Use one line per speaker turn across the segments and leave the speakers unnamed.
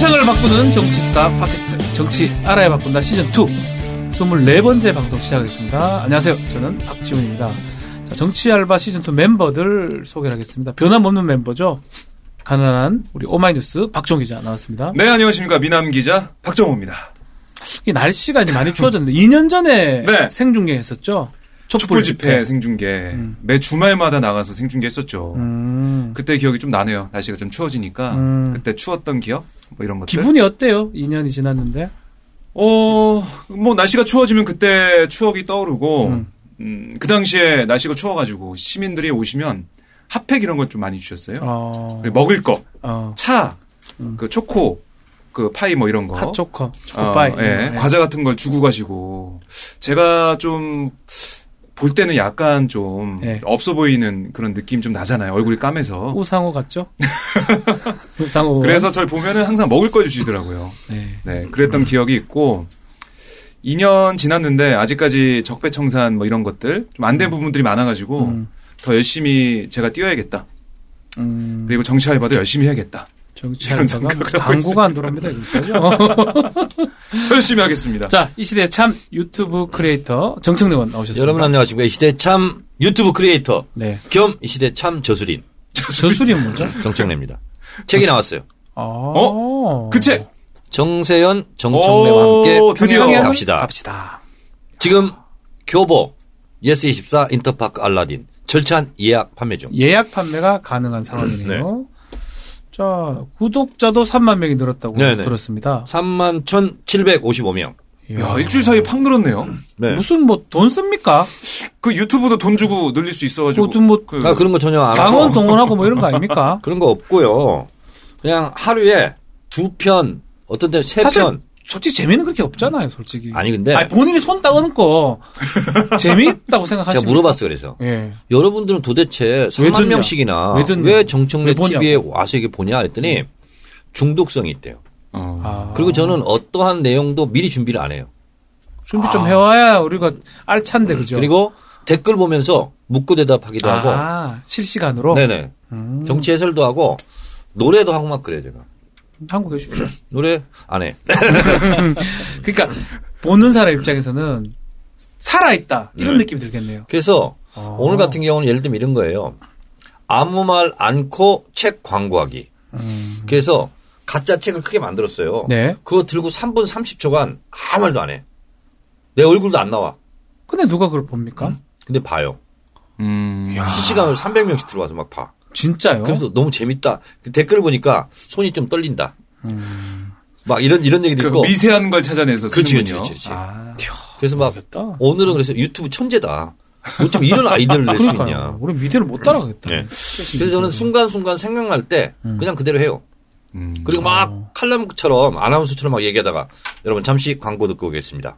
바꾸는 정치스타 팟캐스트 정치 알아야 바꾼다 시즌 2 24번째 방송 시작하겠습니다. 안녕하세요. 저는 박지훈입니다. 자, 정치 알바 시즌 2 멤버들 소개하겠습니다. 변함없는 멤버죠. 가난한 우리 오마이뉴스 박종 기자 나왔습니다.
네, 안녕하십니까. 미남 기자 박정호입니다.
이 날씨가 이제 많이 추워졌는데 2년 전에
네.
생중계했었죠.
촛불 집회 생중계. 매 주말마다 나가서 생중계했었죠.
음,
그때 기억이 좀 나네요. 날씨가 좀 추워지니까.
음.
그때 추웠던 기억? 뭐 이런 것들.
기분이 어때요? 2년이 지났는데.
어, 뭐 날씨가 추워지면 그때 추억이 떠오르고,
음.
음. 그 당시에 날씨가 추워가지고 시민들이 오시면 핫팩 이런 것 좀 많이 주셨어요.
어,
그리고 먹을 거,
어,
차, 그 초코, 그 파이 뭐 이런 거.
핫초커, 초코파이.
어, 예.
네.
과자 같은 걸 주고 가시고 제가 좀 볼 때는 약간 좀
예.
없어 보이는 그런 느낌 좀 나잖아요. 얼굴이 까매서.
우상호 같죠? 우상호.
그래서 저를 보면은 항상 먹을 걸 주시더라고요.
네.
네, 그랬던 기억이 있고 2년 지났는데 아직까지 적폐청산 뭐 이런 것들 좀 안 된 부분들이 많아가지고
음.
더 열심히 제가 뛰어야겠다.
음,
그리고 정치 알바도 열심히 해야겠다. 이런
정치하다가
생각을 하고
광고가 안 들어옵니다. 그렇죠?
더 열심히 하겠습니다.
자, 이 시대의 참 유튜브 크리에이터 정청래 원 나오셨습니다.
여러분 안녕하십니까. 이 시대 참 유튜브 크리에이터
네.
겸 이 시대 참 저술인
저술이 뭐죠?
정청래입니다. 책이 나왔어요.
아.
어? 그 책!
정세현, 정청래와 함께
오, 드디어.
평양
평양을
갑시다.
갑시다.
지금 교보, 예스24, 인터파크, 알라딘, 절찬 예약 판매 중.
예약 판매가 가능한
음,
상황이네요. 자, 구독자도 3만 명이 늘었다고
네네.
들었습니다.
3만 1,755명.
야, 일주일 사이에 팍 늘었네요.
네.
무슨 뭐 돈 씁니까?
그 유튜브도 돈 주고 늘릴 수 있어가지고.
뭐든 뭐
그-
아, 그런 거 전혀 안 하고.
당원 동원하고 뭐 이런 거 아닙니까?
그런 거 없고요. 그냥 하루에 두 편, 어떤 때는 세
사실
편.
솔직히 재미는 그렇게 없잖아요, 솔직히.
아니, 근데
아니, 본인이 손 따놓고 재미있다고 생각하시면
제가 물어봤어요. 그래서.
예.
여러분들은 도대체 3만
듣냐?
명씩이나
왜 듣냐?
왜 정청래
왜 보냐고. 음.
TV에 와서 이게 보냐 했더니 중독성이 있대요.
어.
아.
그리고 저는 어떠한 내용도 미리 준비를 안 해요.
준비 좀 해와야 우리가 알찬데 그죠?
아. 그리고 댓글 보면서 묻고 대답하기도 하고
아, 실시간으로
네네
음.
정치 해설도 하고 노래도 하고 막 그래요 제가
한국 계십시오.
노래 안 해.
그러니까 보는 사람 입장에서는 살아 있다 이런
네.
느낌이 들겠네요.
그래서
아.
오늘 같은 경우는 예를 들면 이런 거예요. 아무 말 않고 책 광고하기. 그래서 가짜 책을 크게 만들었어요.
음. 네.
그거 들고 3분 30초간 아무 말도 안 해. 내 얼굴도 안 나와.
근데 누가 그걸 봅니까?
근데 봐요.
음.
실시간으로 300명씩 들어와서 막 봐.
진짜요?
그래서 너무 재밌다. 그 댓글을 보니까 손이 좀 떨린다.
음.
막 이런 이런 얘기도
그
있고.
미세한 걸 찾아내서
그렇지,
쓰는군요.
그렇지, 그렇지, 그렇지.
아,
그래서 막
모르겠다.
오늘은 그래서 유튜브 천재다. 어쩜 이런 아이디어를 낼 수 있냐.
그러니까요. 우리 미디어를 못 따라가겠다.
네. 그래서 저는 순간순간 생각날 때 그냥 그대로 해요.
음.
그리고 막 칼럼처럼 아나운서처럼 막 얘기하다가 여러분 잠시 광고 듣고 오겠습니다.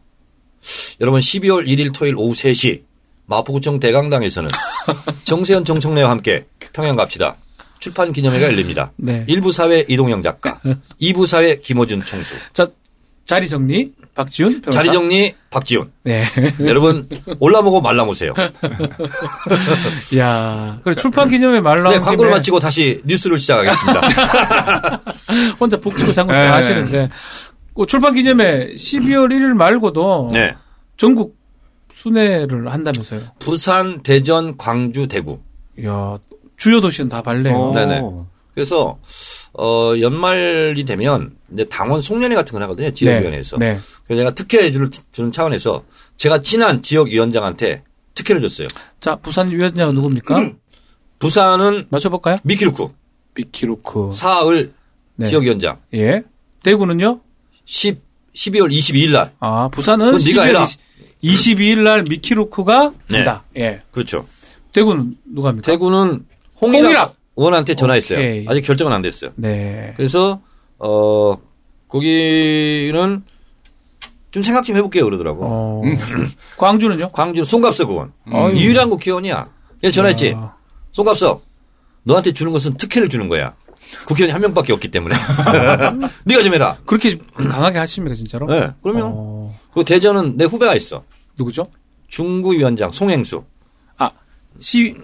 여러분 12월 1일 토요일 오후 3시 마포구청 대강당에서는 정세현 정청래와 함께 평양 갑시다. 출판 기념회가 열립니다.
네.
1부 사회 이동영 작가, 2부 사회 김호준 총수,
자, 자리 정리 박지훈 변호사.
자리 정리 박지훈.
네.
여러분 올라보고 말라보세요.
야. 그래 출판 기념회 말 나온
네, 광고를
김에
마치고 다시 뉴스를 시작하겠습니다.
혼자 북치고 장군
네.
하시는데 그 출판 기념회 12월 1일 말고도
네.
전국 순회를 한다면서요.
부산, 대전, 광주, 대구.
야, 주요 도시는 다 발레요.
어.
네네. 그래서 어 연말이 되면 이제 당원 송년회 같은 걸 하거든요. 지역위원회에서.
네. 네.
그래서 제가 특혜 를 주는 차원에서 제가 친한 지역위원장한테 특혜를 줬어요.
자, 부산 유연장은 누굽니까?
부산은
맞춰볼까요?
미키루쿠
미키루크.
사흘
네.
지역위원장
예. 대구는요?
10 12월 22일 날.
아, 부산은
그건 네가
12월
해라.
22일 날 미키루크가
네.
된다. 예.
그렇죠.
대구는 누가 합니까?
대구는
홍일학.
홍일학 의원한테 전화했어요.
오케이.
아직 결정은 안 됐어요.
네.
그래서 어 거기는 좀 생각 좀 해볼게요 그러더라고.
어. 광주는요?
광주 송갑석 의원
어휴.
이유란 국회의원이야. 얘 전화했지.
아,
송갑석 너한테 주는 것은 특혜를 주는 거야. 국회의원이 한 명밖에 없기 때문에 네가 좀 해라.
그렇게 강하게 하십니까, 진짜로?
네, 그러면
어,
그 대전은 내 후배가 있어.
누구죠?
중구위원장 송행수.
시,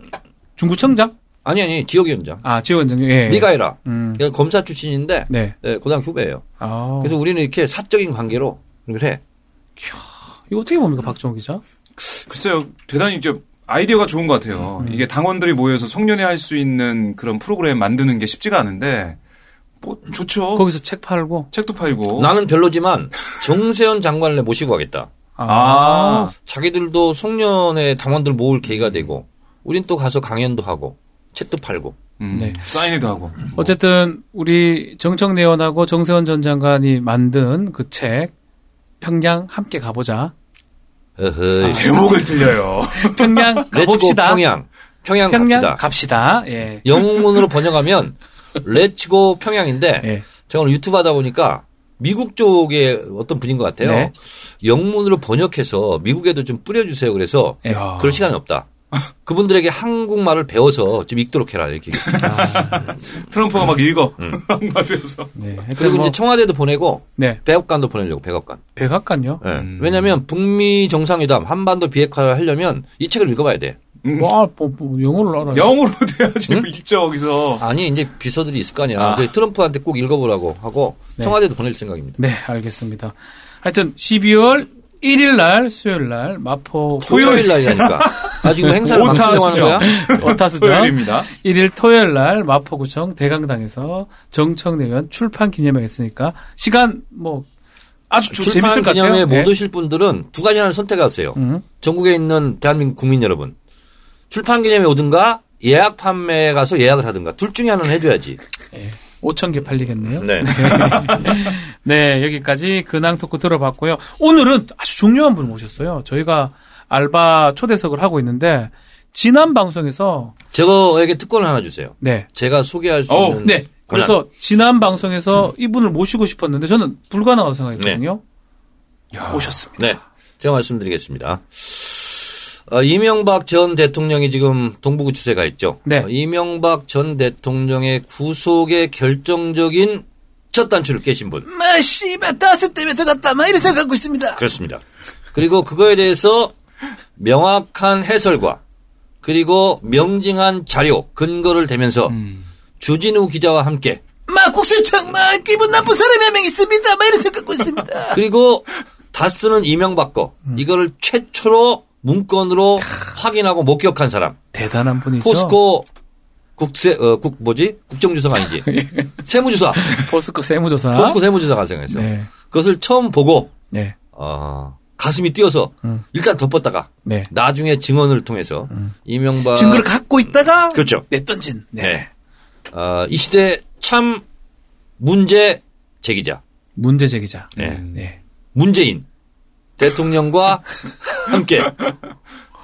중구청장?
아, 아니 아니 지역위원장.
아, 지원장. 예.
네가 해라.
음.
얘가 검사 출신인데
네.
네, 고등학교 후배예요.
아.
그래서 우리는 이렇게 사적인 관계로 그걸 해.
이거 어떻게 봅니까, 박정호 기자?
글쎄요, 대단히 이제 아이디어가 좋은 것 같아요. 이게 당원들이 모여서 송년회 할 수 있는 그런 프로그램 만드는 게 쉽지가 않은데, 뭐,
어?
좋죠.
거기서 책 팔고.
책도 팔고.
나는 별로지만 정세현 장관을 모시고 가겠다.
아,
자기들도 송년회 당원들 모을 계기가 되고 우린 또 가서 강연도 하고 책도 팔고
음,
네.
사인회도 하고.
어쨌든 우리 정청 내원하고 정세원 전 장관이 만든 그 책 평양 함께 가보자.
어허이.
제목을 틀려요.
평양
렛츠고
아. 가봅시다.
평양. 평양,
평양
갑시다.
갑시다. 예.
영문으로 번역하면 렛츠고 평양인데
예.
제가 오늘 유튜브 하다 보니까 미국 쪽의 어떤 분인 것 같아요.
네.
영문으로 번역해서 미국에도 좀 뿌려주세요. 그래서
예.
야.
그럴 시간이 없다. 그분들에게 한국말을 배워서 좀 읽도록 해라 이렇게.
트럼프가 막 읽어.
음.
한마디에서.
아, 네.
그리고
하여튼
이제
뭐,
청와대도 보내고
네.
백악관도 보내려고 백악관.
백악관요.
예.
음.
왜냐하면 북미 정상회담 한반도 비핵화를 하려면 이 책을 읽어봐야 돼.
음.
와, 뭐, 뭐 영어를 알아요.
영어로 돼야지
음?
읽죠, 거기서.
아니 이제 비서들이 있을 거 아니야.
아.
그래서 트럼프한테 꼭 읽어보라고 하고
네.
청와대도 보낼 생각입니다.
네, 알겠습니다. 하여튼 12월 1일 날 수요일 날 마포
토요일 날이라니까. 아 지금 행사를
오타
방송하는
수정.
거야?
어타수전
토요일입니다.
1일 토요일 날 마포구청 대강당에서 정청내연 출판 기념회 있으니까 시간 뭐 아주 조-
출판
재밌을 것 같아요.
기념회에 못
예.
오실 분들은 두 가지 하나를 선택하세요.
음.
전국에 있는 대한민국 국민 여러분. 출판 기념회 오든가 예약 판매에 가서 예약을 하든가 둘 중에 하나는 해줘야지.
5천 개 팔리겠네요.
네.
네, 여기까지 근황 토크 들어봤고요. 오늘은 아주 중요한 분 모셨어요. 저희가 알바 초대석을 하고 있는데 지난 방송에서
저에게 특권을 하나 주세요.
네,
제가 소개할 수
어,
있는.
네.
권한.
그래서 지난 방송에서 이분을 모시고 싶었는데 저는 불가능하다고 생각했거든요.
야.
오셨습니다.
네. 제가 말씀드리겠습니다. 어, 이명박 전 대통령이 지금 동부구 추세가 있죠.
네.
어, 이명박 전 대통령의 구속의 결정적인 첫 단추를 깨신 분.
마씨발 다섯 때문에 들었다. 막 이런 생각하고 있습니다.
그렇습니다. 그리고 그거에 대해서 명확한 해설과 그리고 명징한 자료, 근거를 대면서
음.
주진우 기자와 함께
막 국세청 막 기분 나쁜 사람이 한 명 있습니다. 막 이런 생각하고 있습니다.
그리고 다 쓰는 이명박 거
음.
이거를 최초로 문건으로 확인하고 목격한 사람
대단한 분이죠.
포스코 국세 어, 국 뭐지 국정주사가 아니지 세무주사
포스코 세무조사.
포스코 세무주사가 생각했어 요
예. 아? 네.
그것을 처음 보고
네.
어, 가슴이 뛰어서
음.
일단 덮었다가
네.
나중에 증언을 통해서 이명박
음. 증거를 갖고 있다가
그렇죠.
내던진. 네.
네. 아, 이 시대 참 문제 제기자,
문제 제기자.
네.
네.
문재인 대통령과 함께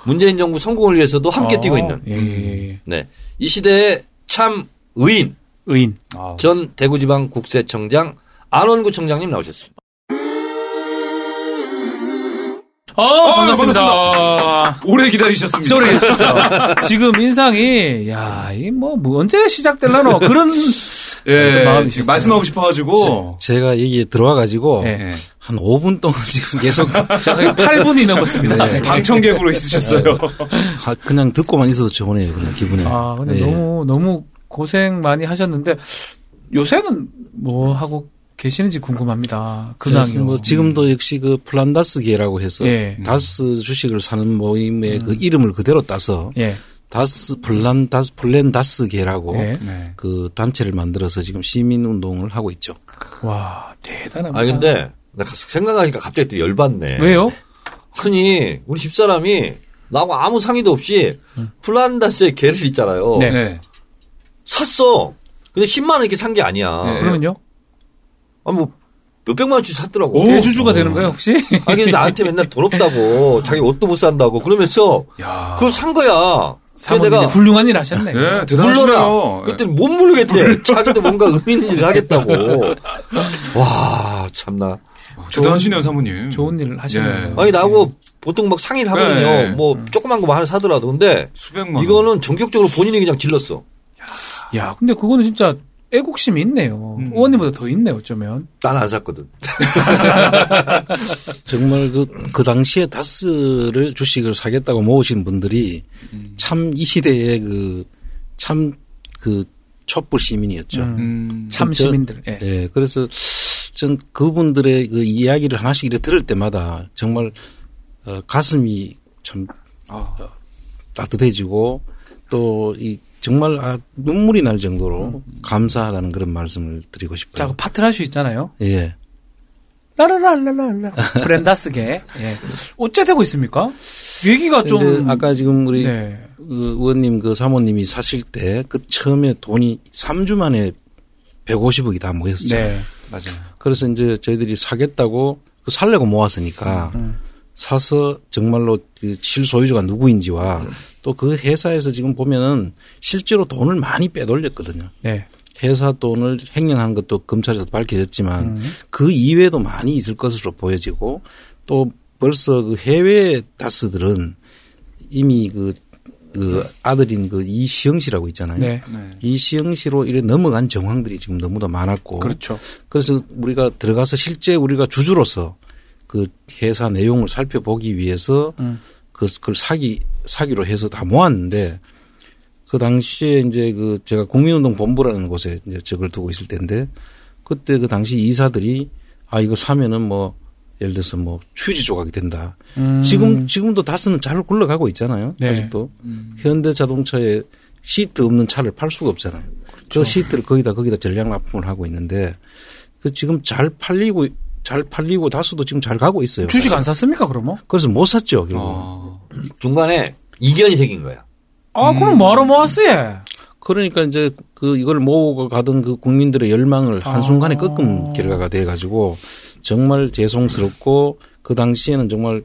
문재인 정부 성공을 위해서도 함께
어,
뛰고 있는
예, 예, 예.
네. 이 시대의 참 의인
의인.
아,
전 대구지방 국세청장 안원구 청장님 나오셨습니다.
어,
반갑습니다.
반갑습니다.
오래 기다리셨습니다.
소리. 지금 인상이 야, 이뭐 뭐 언제 시작될라노 그런
예,
마음이셨어요.
말씀하고 싶어가지고.
제가 여기에 들어와가지고
네.
예.
한 5분 동안 지금 계속
자, 거의 8분이 넘었습니다.
네.
방청객으로 있으셨어요.
가- 아, 그냥 듣고만 있어도 좋으네요. 그냥 기분이.
아, 근데
예.
너무 너무 고생 많이 하셨는데 요새는 뭐 하고 계시는지 궁금합니다.
그래서
근황이요.
뭐 지금도 역시 그 플란다스계라고 해서
예. 음.
다스 주식을 사는 모임의 그 이름을 그대로 따서
예.
다스 플란다스 플랜다스계라고
예.
네.
그 단체를 만들어서 지금 시민 운동을 하고 있죠.
와, 대단합니다.
아 근데 나 가- 생각하니까 갑자기 또
예.
열받네.
왜요?
아니 우리 집사람이 나하고 아무 상의도 없이 플란다스의 개를 있잖아요.
음. 네.
네.
샀어. 근데 10만 원 이렇게 산 게 아니야.
예.
네.
그러면요?
아, 뭐, 몇백만 원씩 샀더라고.
오!
어.
대주주가 되는 거예요, 혹시?
아, 그래서 나한테 맨날 돈 없다고, 자기 옷도 못 산다고, 그러면서,
야.
그걸 산 거야. 그래서
사모님
내가,
훌륭한 일 하셨네.
예,
물러라.
대단하시네요.
그때 못 물르겠대. 자기도 뭔가 의미 있는 일을 하겠다고. 와, 참나.
대단하시네요, 사모님.
좋은 일을 하셨네요.
예.
아니, 나하고 보통 막 상의를 하거든요.
네.
뭐, 조그만 거 하나 사더라도. 근데,
수백만. 원.
이거는 전격적으로 본인이 그냥 질렀어.
야, 근데 그거는 진짜 애국심이 있네요.
음.
의원님보다 더 있네, 어쩌면.
나는 안 샀거든.
정말 그, 그 당시에
음.
다스를 주식을 사겠다고 모으신 분들이 참 이 시대에 그 참 그 촛불 시민이었죠.
음.
음.
참
진짜?
시민들. 예.
예, 그래서 전 그분들의 그 이야기를 하나씩 이렇게 들을 때마다 정말 어, 가슴이 참
아.
따뜻해지고 또 이 정말 아, 눈물이 날 정도로 감사하다는 그런 말씀을
음.
드리고
자,
싶어요.
그 파트라슈 있잖아요.
예.
라라라라라라. 브랜다스게. 예. 어째 되고 있습니까? 얘기가 좀.
근데 아까 지금 우리
네.
그 의원님 그 사모님이 사실 때 그 처음에 돈이 3주 만에 150억이 다 모였어요.
네.
맞아요.
그래서 이제 저희들이 사겠다고 그 살려고 모았으니까
음.
사서 정말로 그 실소유주가 누구인지와 또 그 회사에서 지금 보면은 실제로 돈을 많이 빼돌렸거든요.
네.
회사 돈을 횡령한 것도 검찰에서 밝혀졌지만
음.
그 이외에도 많이 있을 것으로 보여지고 또 벌써 그 해외 다스들은 이미 그, 그 아들인 그 이시영 씨라고 있잖아요.
네.
네.
이시영 씨로 이래 넘어간 정황들이 지금 너무나 많았고
그렇죠.
그래서 우리가 들어가서 실제 우리가 주주로서 그 회사 내용을 살펴보기 위해서
음.
그, 그걸 사기, 사기로 해서 다 모았는데 그 당시에 이제 그 제가 국민운동 본부라는 곳에 이제 적을 두고 있을 텐데 그때 그 당시 이사들이 아, 이거 사면은 뭐 예를 들어서 뭐 휴지 조각이 된다.
음.
지금, 지금도 다스는 잘 굴러가고 있잖아요.
네.
아직도. 현대 자동차에 시트 없는 차를 팔 수가 없잖아요.
그렇죠.
그 시트를 거기다 거기다 전량 납품을 하고 있는데 그 지금 잘 팔리고 잘 팔리고 다수도 지금 잘 가고 있어요.
주식 안 샀습니까, 그러면?
그래서 못 샀죠 결국. 은
아.
중간에 이견이 생긴 거야.
아,
음.
그럼 뭐하러 모았어, 얘?
그러니까 이제 그 이걸 모으고 가던 그 국민들의 열망을
아.
한 순간에 꺾은 결과가 돼가지고 정말 죄송스럽고 그 당시에는 정말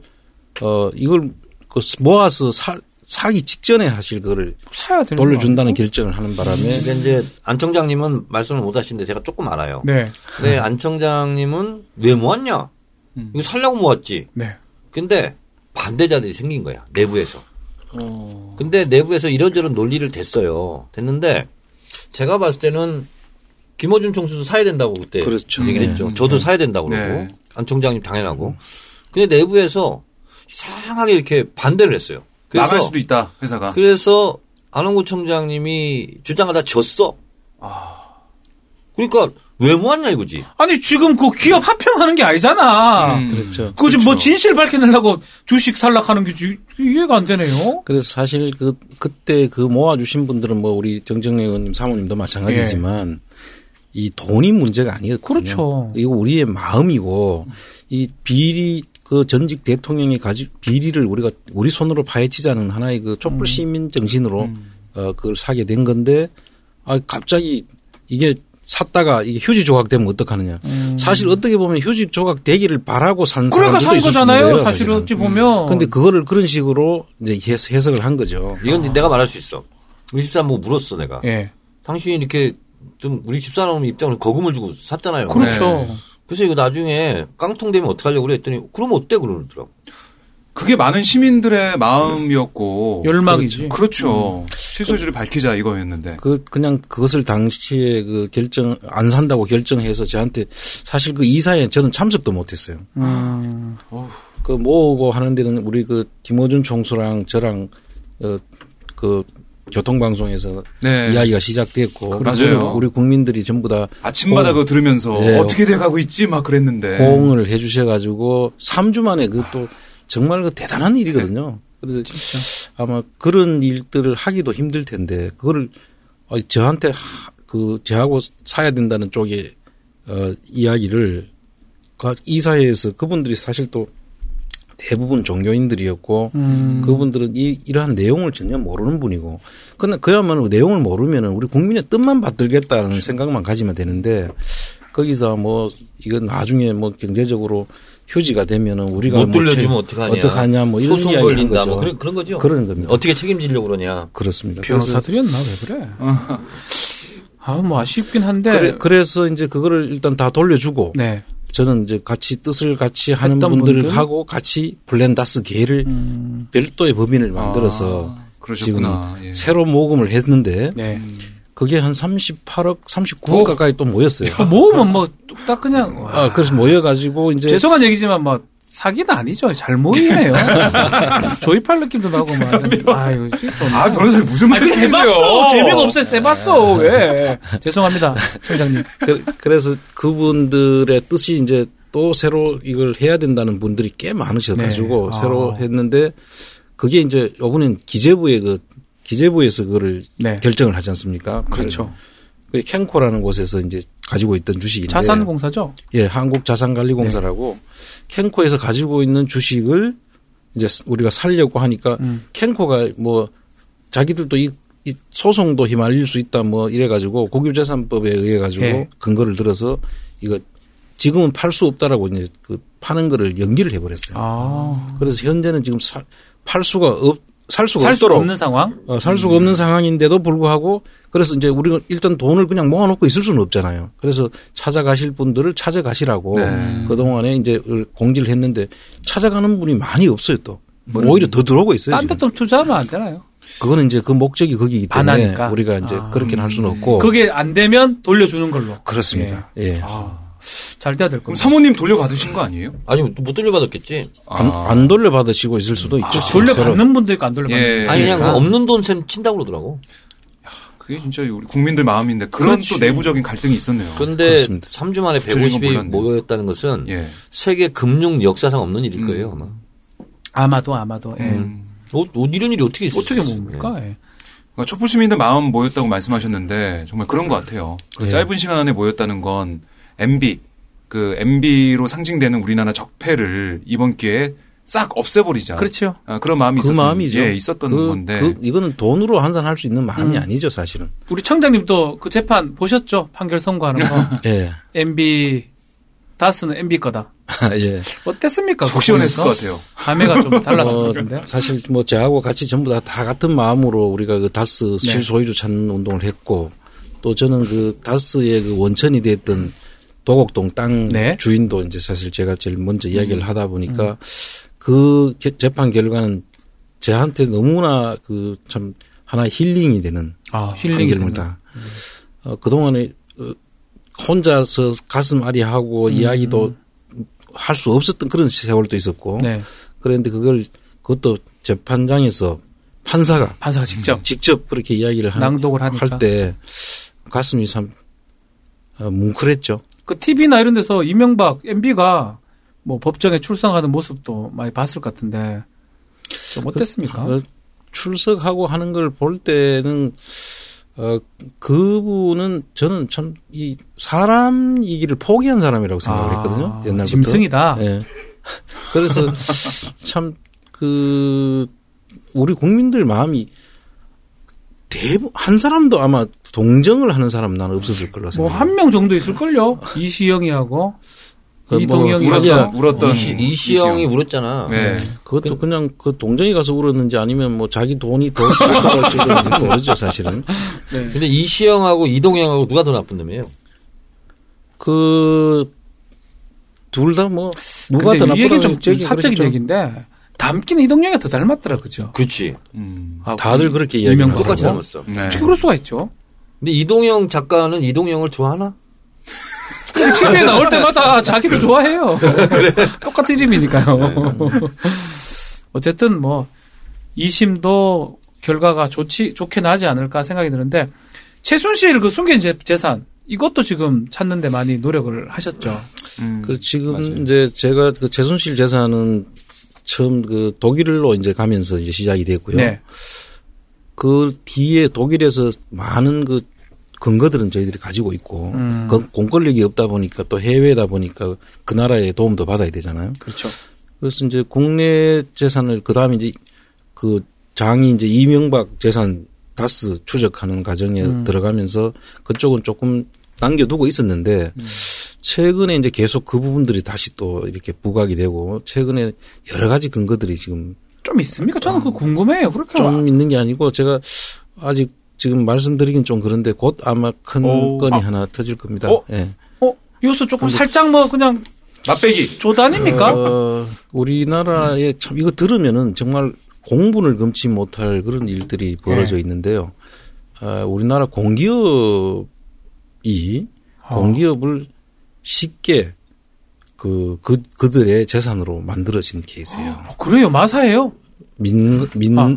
어 이걸 그 모아서 사, 사기 직전에 사실 그거를
사야 되는
돌려준다는 결정을 하는 바람에
근데 그러니까 이제 안 청장님은 말씀을 못 하시는데 제가 조금 알아요.
거 아니에요? 네.
근데 안 청장님은 왜 모았냐?
음.
이거 살라고 모았지.
네.
근데 반대자들이 생긴 거야. 내부에서.
어.
근데 내부에서 이런저런 논리를 댔어요. 됐는데 제가 봤을 때는 김어준 총수도 사야 된다고 그때
그렇죠.
얘기를
네.
했죠. 저도 사야 된다고 그러고
네. 음.
안 총장님 당연하고. 근데 내부에서 이상하게 이렇게 반대를 했어요.
나갈
그래서
수도 있다 회사가.
그래서 안홍구 청장님이 주장하다 졌어.
아.
그러니까 왜 모았냐 이거지.
아니, 지금 그 기업 합병하는 게 아니잖아.
음.
그렇죠.
그거 지금 뭐 진실 밝혀내려고 주식 살락하는 게 지- 이해가 안 되네요.
그래서 사실 그 그때 그 모아주신 분들은 뭐 우리 정정래 의원님 사모님도 마찬가지지만 이 돈이 문제가 아니었거든요.
예. 그렇죠.
이거 우리의 마음이고 이 비리 그 전직 대통령이 가지 비리를 우리가 우리 손으로 파헤치자는 하나의 그
음.
촛불 시민 정신으로 어 그걸 사게 된 건데 아 갑자기 이게 샀다가 이게 휴지 조각되면 어떡하느냐. 사실 어떻게 보면 휴지 조각 되기를 바라고 산
음. 그러니까
사람들도
산
있을 수 있는
거잖아요.
거예요,
사실
사실은. 음.
어찌 보면. 네.
근데 그거를 그런 식으로 이제 해석- 해석을 한 거죠.
이건 내가 말할 수 있어. 우리 집사람 뭐 물었어 내가.
예.
당신이 이렇게 좀 우리 집사람 입장으로 거금을 주고 샀잖아요. 네.
그렇죠.
그래서 이거 나중에 깡통 되면 어떡하려고 그래 했더니 그럼 어때 그러더라고.
그게 많은 시민들의 마음이었고
열망이지.
그렇죠. 실소유주를 밝히자 이거였는데.
그 그냥 그것을 당시에 그 결정 안 산다고 결정해서 저한테 사실 그 이사에 저는 참석도 못했어요.
음.
그 모으고 하는 데는 우리 그 김어준 총수랑 저랑 어, 어그 교통방송에서
네.
이야기가 시작됐고
맞아요.
그리고 우리 국민들이 전부 다
아침마다
고-
그거 들으면서
예.
어떻게 돼가고 있지 막 그랬는데.
호응을 해주셔가지고 3주 만에 그것도 정말 그 대단한 일이거든요. 그래서 아마 그런 일들을 하기도 힘들 텐데 그거를 어, 저한테 하- 그 저하고 사야 된다는 쪽의 어, 이야기를 그 이사회에서 그분들이 사실 또 대부분 종교인들이었고
음.
그분들은 이 이러한 내용을 전혀 모르는 분이고 근데 그야말로 내용을 모르면은 우리 국민의 뜻만 받들겠다는
그렇죠.
생각만 가지면 되는데 거기서 뭐 이건 나중에 뭐 경제적으로 효지가 되면은 우리가
못
뭐
돌려주면
채-
어떡하냐.
어떡하냐 뭐 이런
소송
이야기 하는
걸린다
거죠. 그렇죠.
뭐 그런 그런 거죠.
그런 겁니다.
어떻게 책임지려고 그러냐.
그렇습니다. 그래서
변호사들이었나 왜 그래? 아, 뭐 아쉽긴
네.
한데.
그래, 그래서 이제 그거를 일단 다 돌려주고
네.
저는 이제 같이 뜻을 같이 하는
했던 분들?
분들하고 같이 블렌다스 계를
음.
별도의 법인을 만들어서
아,
지금
그러셨구나. 예.
새로 모금을 했는데
네.
그게 한 38억, 39억 가까이 또 모였어요.
뭐, 뭐, 뭐, 뚝딱 그냥.
아, 그래서 모여가지고 이제
죄송한 얘기지만 뭐 사기는 아니죠. 잘 모이네요. 조이팔 느낌도 나고 막.
네.
아 이거 좀.
아, 변호사님 무슨
아니,
말씀이세요?
해봤어. 재미가 없어요. 해봤어. 왜? 죄송합니다, 총장님.
네.
그, 래서 그분들의 뜻이 이제 또 새로 이걸 해야 된다는 분들이 꽤 많으셔가지고
네. 아.
새로 했는데 그게 이제 요번엔 기재부의 그 기재부에서 그거를
네.
결정을 하지 않습니까?
그렇죠.
그 캔코라는 곳에서 이제 가지고 있던 주식인데
자산공사죠.
예, 한국자산관리공사라고
네.
캔코에서 가지고 있는 주식을 이제 우리가 살려고 하니까
음.
캔코가 뭐 자기들도 이, 이 소송도 휘말릴 수 있다 뭐 이래가지고 고유재산법에 의해 가지고
예.
근거를 들어서 이거 지금은 팔 수 없다라고 이제 그 파는 거를 연기를 해버렸어요.
아.
그래서 현재는 지금 사, 팔 수가 없, 살 수가
살 수
없도록
없는 상황.
어, 살 수가 없는 상황인데도 불구하고 그래서 이제 우리가 일단 돈을 그냥 모아놓고 있을 수는 없잖아요. 그래서 찾아가실 분들을 찾아가시라고
네.
그동안에 이제 공지를 했는데 찾아가는 분이 많이 없어요 또. 오히려 더 들어오고 있어요.
딴 데
지금.
또 투자하면 안 되나요?
그거는 이제 그 목적이 거기이기
안
때문에
하니까.
우리가 이제
아.
그렇게는 할 수는
뭐.
없고.
그게 안 되면 돌려주는 걸로.
그렇습니다. 예.
아, 잘 돼야 될
그럼
겁니다.
사모님 돌려받으신 거 아니에요? 아,
아니, 못 돌려받았겠지.
안, 안 돌려받으시고 있을 수도 있죠. 새로.
아, 돌려받는 분도 있고 안 돌려받는 분도
예.
있고.
아니, 그냥 그
그러니까.
없는 돈셈 친다고 그러더라고.
그게 진짜 우리 국민들 마음인데 그런
그렇지.
또 내부적인 갈등이 있었네요.
근데
그렇습니다.
3주 만에
구체적인 건
150이
몰랐네.
모였다는 것은
예.
세계 금융 역사상 없는 일일 거예요, 아마.
아마도 아마도. 예.
음.
어, 어, 이런 일이 어떻게 있어?
어떻게 뭡니까? 예.
그러니까 촛불 시민들 마음 모였다고 말씀하셨는데 정말 그런 것 같아요. 그
예.
짧은 시간 안에 모였다는 건 MB 그 MB로 상징되는 우리나라 적폐를 이번 기회에 싹 없애버리자.
그렇죠.
아, 그런 마음이
그
있었던,
마음이죠.
예, 있었던
그-
건데.
그 이거는 돈으로 환산할 수 있는 마음이 아니죠 사실은.
우리 청장님도 그 재판 보셨죠? 판결 선고하는 거.
예.
MB 다스는 MB 거다.
예.
어땠습니까? 그러니까
속 시원했을 것 같아요.
감회가 좀 달랐을 것 같은데요.
어, 사실 뭐 저하고 같이 전부 다, 다 같은 마음으로 우리가 그
네.
다스 실소유주 찾는 운동을 했고 또 저는 그 다스의 그 원천이 됐던 도곡동 땅
네. 음.
주인도 이제 사실 제가 제일 먼저 이야기를 하다 보니까 그 개- 재판 결과는 저한테 너무나 그 참 하나 의 힐링이 되는
아, 힐링이 됩니다.
판결문이다. 어, 그동안에 어, 혼자서 가슴 아리하고
음,
이야기도 할 수 없었던 그런 세월도 있었고
네.
그런데 그걸 그것도 재판장에서 판사가
판사가 직접.
직접 그렇게 이야기를 하-
낭독을 하니까.
할 때 가슴이 참 어, 뭉클했죠.
그 TV나 이런 데서 이명박 MB가 뭐 법정에 출석하는 모습도 많이 봤을 것 같은데 좀 어땠습니까?
어, 출석하고 하는 걸 볼 때는 어, 그분은 저는 참 이 사람 이기를 포기한 사람이라고 생각을
아,
했거든요. 옛날부터.
짐승이다.
예. 그래서 참 그 우리 국민들 마음이 대부 한 사람도 아마 동정을 하는 사람 나는 없었을 걸로
뭐
생각해요.
한 명 정도 있을걸요? 이시영이하고
그 뭐,
이동영이하고
우리가
울었던, 울었던
이시, 이시영이 울었잖아.
네.
그것도 그, 냥그 동정이 가서 울었는지 아니면 뭐 자기 돈이 더 들어갈지도 모르죠 사실은.
네.
근데 이시영하고 이동영하고 누가 더 나쁜 놈이에요?
그 둘 다 뭐 누가
근데
더
이
나쁘다고
얘기는 좀
저기
사적인
그렇죠.
얘기인데 닮기는 이동영이 더 닮았더라 그죠?
그렇지.
음.
아,
다들 그렇게 이야기를
이명박.
하고.
똑같이
그러고?
닮았어.
네.
어떻게 그럴 수가 있죠?
근데 이동영 작가는 이동영을 좋아하나?
TV에 나올 때마다 자기도 좋아해요. 똑같은 이름이니까요.
네.
어쨌든 뭐 2심도 결과가 좋지 좋게 나지 않을까 생각이 드는데 최순실 그 숨긴 재- 재산 이것도 지금 찾는데 많이 노력을 하셨죠.
음.
그 지금
맞아요.
이제 제가 그 최순실 재산은 처음 그 독일로 이제 가면서 이제 시작이 됐고요.
네.
그 뒤에 독일에서 많은 그 근거들은 저희들이 가지고
어,
있고
음.
그 공권력이 없다 보니까 또 해외다 보니까 그 나라의 도움도 받아야 되잖아요.
그렇죠.
그래서 이제 국내 재산을 그 다음에 이제 그 장이 이제 이명박 재산 다스 추적하는 과정에
음.
들어가면서 그쪽은 조금 남겨두고 있었는데
음.
최근에 이제 계속 그 부분들이 다시 또 이렇게 부각이 되고 최근에 여러 가지 근거들이 지금
좀 있습니까? 저는
어.
그거 궁금해요. 그렇게 와-
좀 있는 게 아니고 제가 아직 지금 말씀드리긴 좀 그런데 곧 아마 큰
오.
건이
아.
하나 터질 겁니다.
어?
예.
어 요소 조금 살짝 뭐 그냥
맛배기.
조단입니까?
어, 우리나라에 참 이거 들으면은 정말 공분을 금치 못할 그런 일들이
예.
벌어져 있는데요. 아, 우리나라 공기업이
어.
공기업을 쉽게 그, 그, 그들의 재산으로 만들어진 케이스예요
어, 그래요 마사예요
민, 민,
아.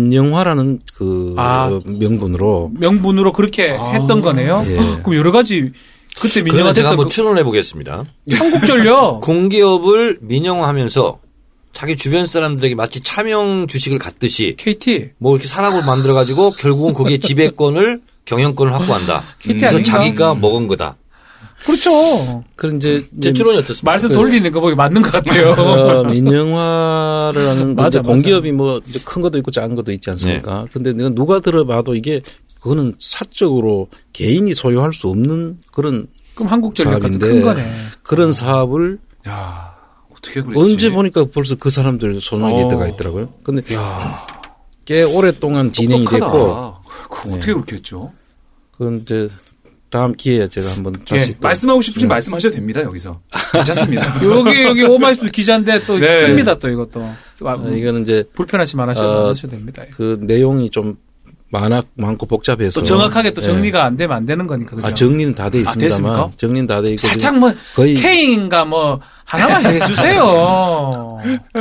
민영화라는 그
아.
명분으로
명분으로 그렇게 했던 거네요.
예.
그럼 여러 가지 그때
아. 그러면
민영화
제가
됐던
한번
그
추론해 보겠습니다.
어.
한국전력
공기업을 민영화하면서 자기 주변 사람들에게 마치 차명 주식을 갖듯이
KT
뭐 이렇게 산업을 만들어 가지고 결국은 거기에 지배권을 경영권을
아,
확보한다. 음,
KT
그래서
아닌가?
자기가 먹은 거다.
그렇죠.
그런 이제
네.
제 추론이 어떻습니까?
네.
말씀 돌리는 거 보기 맞는 것 같아요.
어, 민영화를 하는 건
맞아, 네.
이제
맞아.
공기업이 뭐 이제 큰 것도 있고 작은 것도 있지 않습니까? 근데 내가 누가 들어봐도 이게 그거는 사적으로 개인이 소유할 수 없는 그런
그럼 한국전력 같은
사업인데
큰 거네. 어.
그런 사업을
야 어떻게 그랬지?
언제 보니까 벌써 그 사람들 소나게드가
어.
있더라고요. 근데 꽤 오랫동안 진행이
똑똑하다.
됐고
그거
네.
어떻게 그렇게 했죠?
그건 이제 다음 기회에 제가 한번
예,
다시 또
말씀하고 싶으신 말씀하셔도 됩니다 여기서 괜찮습니다.
여기 여기 오마이스 기자인데 또
네.
씁니다 또 이것도 아,
어, 이거는 이제
불편하시면 안 하셔도
어,
안 하셔도 됩니다.
그 내용이 좀 많아 많고 복잡해서
또 정확하게 또
예.
정리가 안 되면 안 되는 거니까 그죠?
아 정리는 다 돼 있습니다만
됐습니까?
정리는 다 돼 있고
살짝 뭐
거의-
K인가 뭐 하나만 해주세요.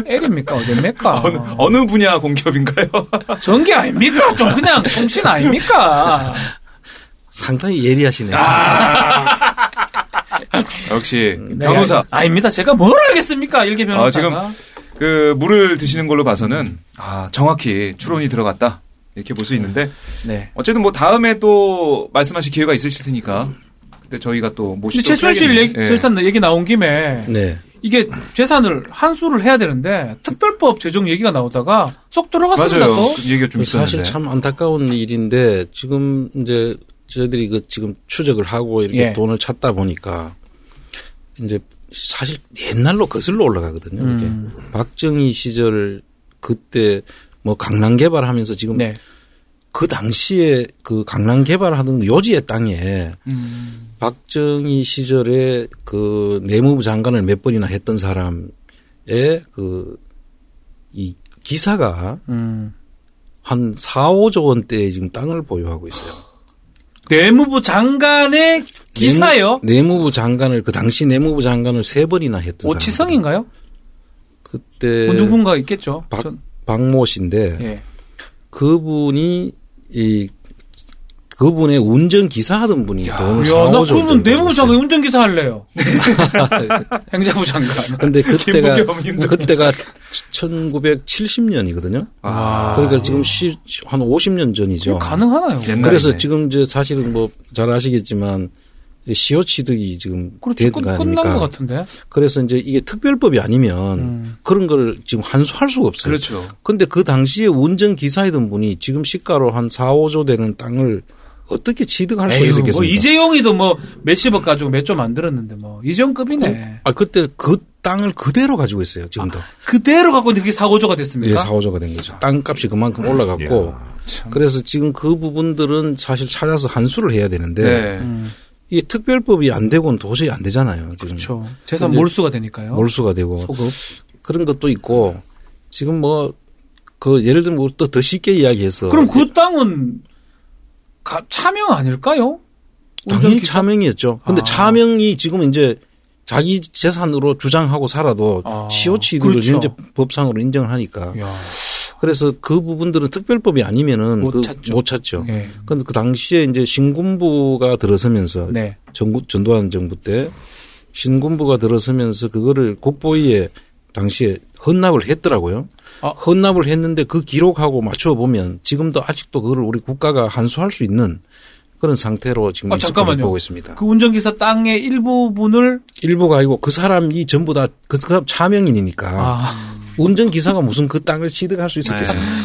L입니까 어딥니까?
어느, 어느 분야 공기업인가요?
전개 아닙니까? 좀 그냥 정신 아닙니까?
상당히 예리하시네요.
아, 역시
네,
변호사.
알- 아닙니다. 제가 뭘 알겠습니까? 일개 변호사가.
아, 지금 그 물을 드시는 걸로 봐서는 아 정확히 추론이 들어갔다 이렇게 볼 수 있는데
네.
어쨌든 뭐 다음에 또 말씀하실 기회가 있으실 테니까 그때 저희가 또 예.
근데
모시고
재산 실 얘기,
예.
재산 얘기 나온 김에
네.
이게 재산을 한수를 해야 되는데 특별법 제정 얘기가 나오다가 쏙 들어갔습니다.
맞아요.
또.
그 얘기가 좀 있었는데
사실 참 안타까운 일인데 지금 이제 저희들이 그 지금 추적을 하고 이렇게
예.
돈을 찾다 보니까 이제 사실 옛날로 거슬러 올라가거든요.
음.
이게 박정희 시절 그때 뭐 강남 개발하면서 지금
네.
그 당시에 그 강남 개발하던 그 요지의 땅에
음,
박정희 시절에 그 내무부 장관을 몇 번이나 했던 사람의 그 이 기사가
음.
한 4, 5조 원대의 지금 땅을 보유하고 있어요.
내무부 장관의 기사요.
네 내무, 부 장관을 그 당시 내무부 장관을 네. 세 번이나 했던 사람.
오치성인가요?
그때
뭐 누군가 있겠죠.
박,
전-
박모 씨인데
예.
그분이 이 그분의 운전 기사 하던 분이 돈을 4,
야, 나
5조
그러면 네 내무부 장관 운전기사 할래요.
네.
행자부 장관.
근데 그때가
김부겸 운전
그때가 1970년이거든요.
아,
그러니까 지금 시, 한 50년 전이죠.
가능하나요?
옛날이네.
그래서 지금 이제 사실은 뭐 잘 아시겠지만 시효 취득이 지금
그렇죠.
된
끝,
거
끝난
아닙니까?
것 같은데.
그래서 이제 이게 특별법이 아니면
음.
그런 걸 지금 한수할 수가 없어요.
그렇죠.
근데 그 당시에 운전 기사이던 분이 지금 시가로 한 4, 5조 되는 땅을 어떻게 취득할 수
에이,
있었겠습니까?
뭐 이재용이도 뭐 몇십억 가지고 몇 조 만들었는데 뭐 이재용급이네.
아 그때 그 땅을 그대로 가지고 있어요.
아,
지금도.
그대로 갖고 있는데 그게 사고조가
예,
됐습니까?
4, 5조가 된 거죠. 땅값이 그만큼 올라갔고 그래서 지금 그 부분들은 사실 찾아서 한수를 해야 되는데
네.
음,
이게 특별법이 안 되고는 도저히 안 되잖아요. 지금
그렇죠. 재산
근데
몰수가 되니까요.
몰수가 되고
소급.
그런 것도 있고 지금 뭐 그 예를 들면 또 더 쉽게 이야기해서
그럼 그 땅은 가, 차명 아닐까요?
당연히
운전기사?
차명이었죠. 근데
아.
차명이 지금 이제 자기 재산으로 주장하고 살아도
아,
시효치들을
그렇죠. 예.
이제 법상으로 인정을 하니까
이야,
그래서 그 부분들은 특별법이 아니면은
못
그
찾죠.
못 찾죠.
예.
근데 그 당시에 이제 신군부가 들어서면서
네.
전국 전두환 정부 때 신군부가 들어서면서 그거를 국보위에 당시에 헌납을 했더라고요.
아.
헌납을 했는데 그 기록하고 맞춰 보면 지금도 아직도 그걸 우리 국가가 한수할 수 있는 그런 상태로 지금
아,
있을
잠깐만요.
거라고 보고 있습니다.
그 운전기사 땅의 일부분을
일부가 아니고 그 사람이 전부 다 그 사람 차명인이니까
아,
운전 기사가 무슨 그 땅을 취득할 수 있었겠습니까?
네.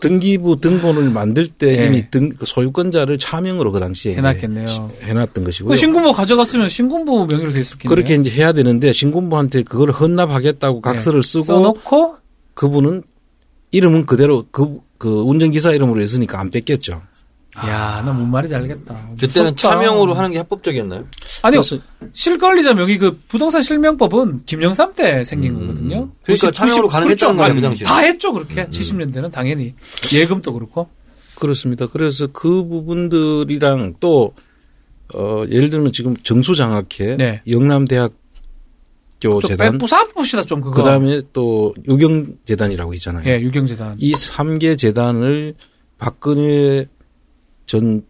등기부 등본을 만들 때
네.
이미 등그 소유권자를 차명으로 그 당시에 이제
해놨겠네요.
해놨던
그
것이고요.
신군부 가져갔으면 신군부 명의로 돼 있었겠네요. 네.
그렇게 이제 해야 되는데 신군부한테 그걸 헌납하겠다고 각서를 쓰고
써놓고
그분은 이름은 그대로 그, 그 운전기사 이름으로 했으니까 안 뺏겼죠.
야, 나 뭔 말인지 알겠다.
그때는
무섭다.
차명으로 하는 게 합법적이었나요?
네.
아니요.
그래서
실권리자 명의 그 부동산 실명법은 김영삼 때 생긴
음.
거거든요.
그러니까 차명으로 가능했다는 거예요, 그 당시에.
다 했죠,
음,
그렇게. 70년대는 당연히. 예금도 그렇고.
그렇습니다. 그래서 그 부분들이랑 또 어, 예를 들면 지금 정수장학회
네.
영남대학 기독교 뭐 재단,
부사봅시다 좀 그거.
그 다음에 또 유경 재단이라고 있잖아요.
예, 유경재단.
이 3개 재단을 박근혜 전,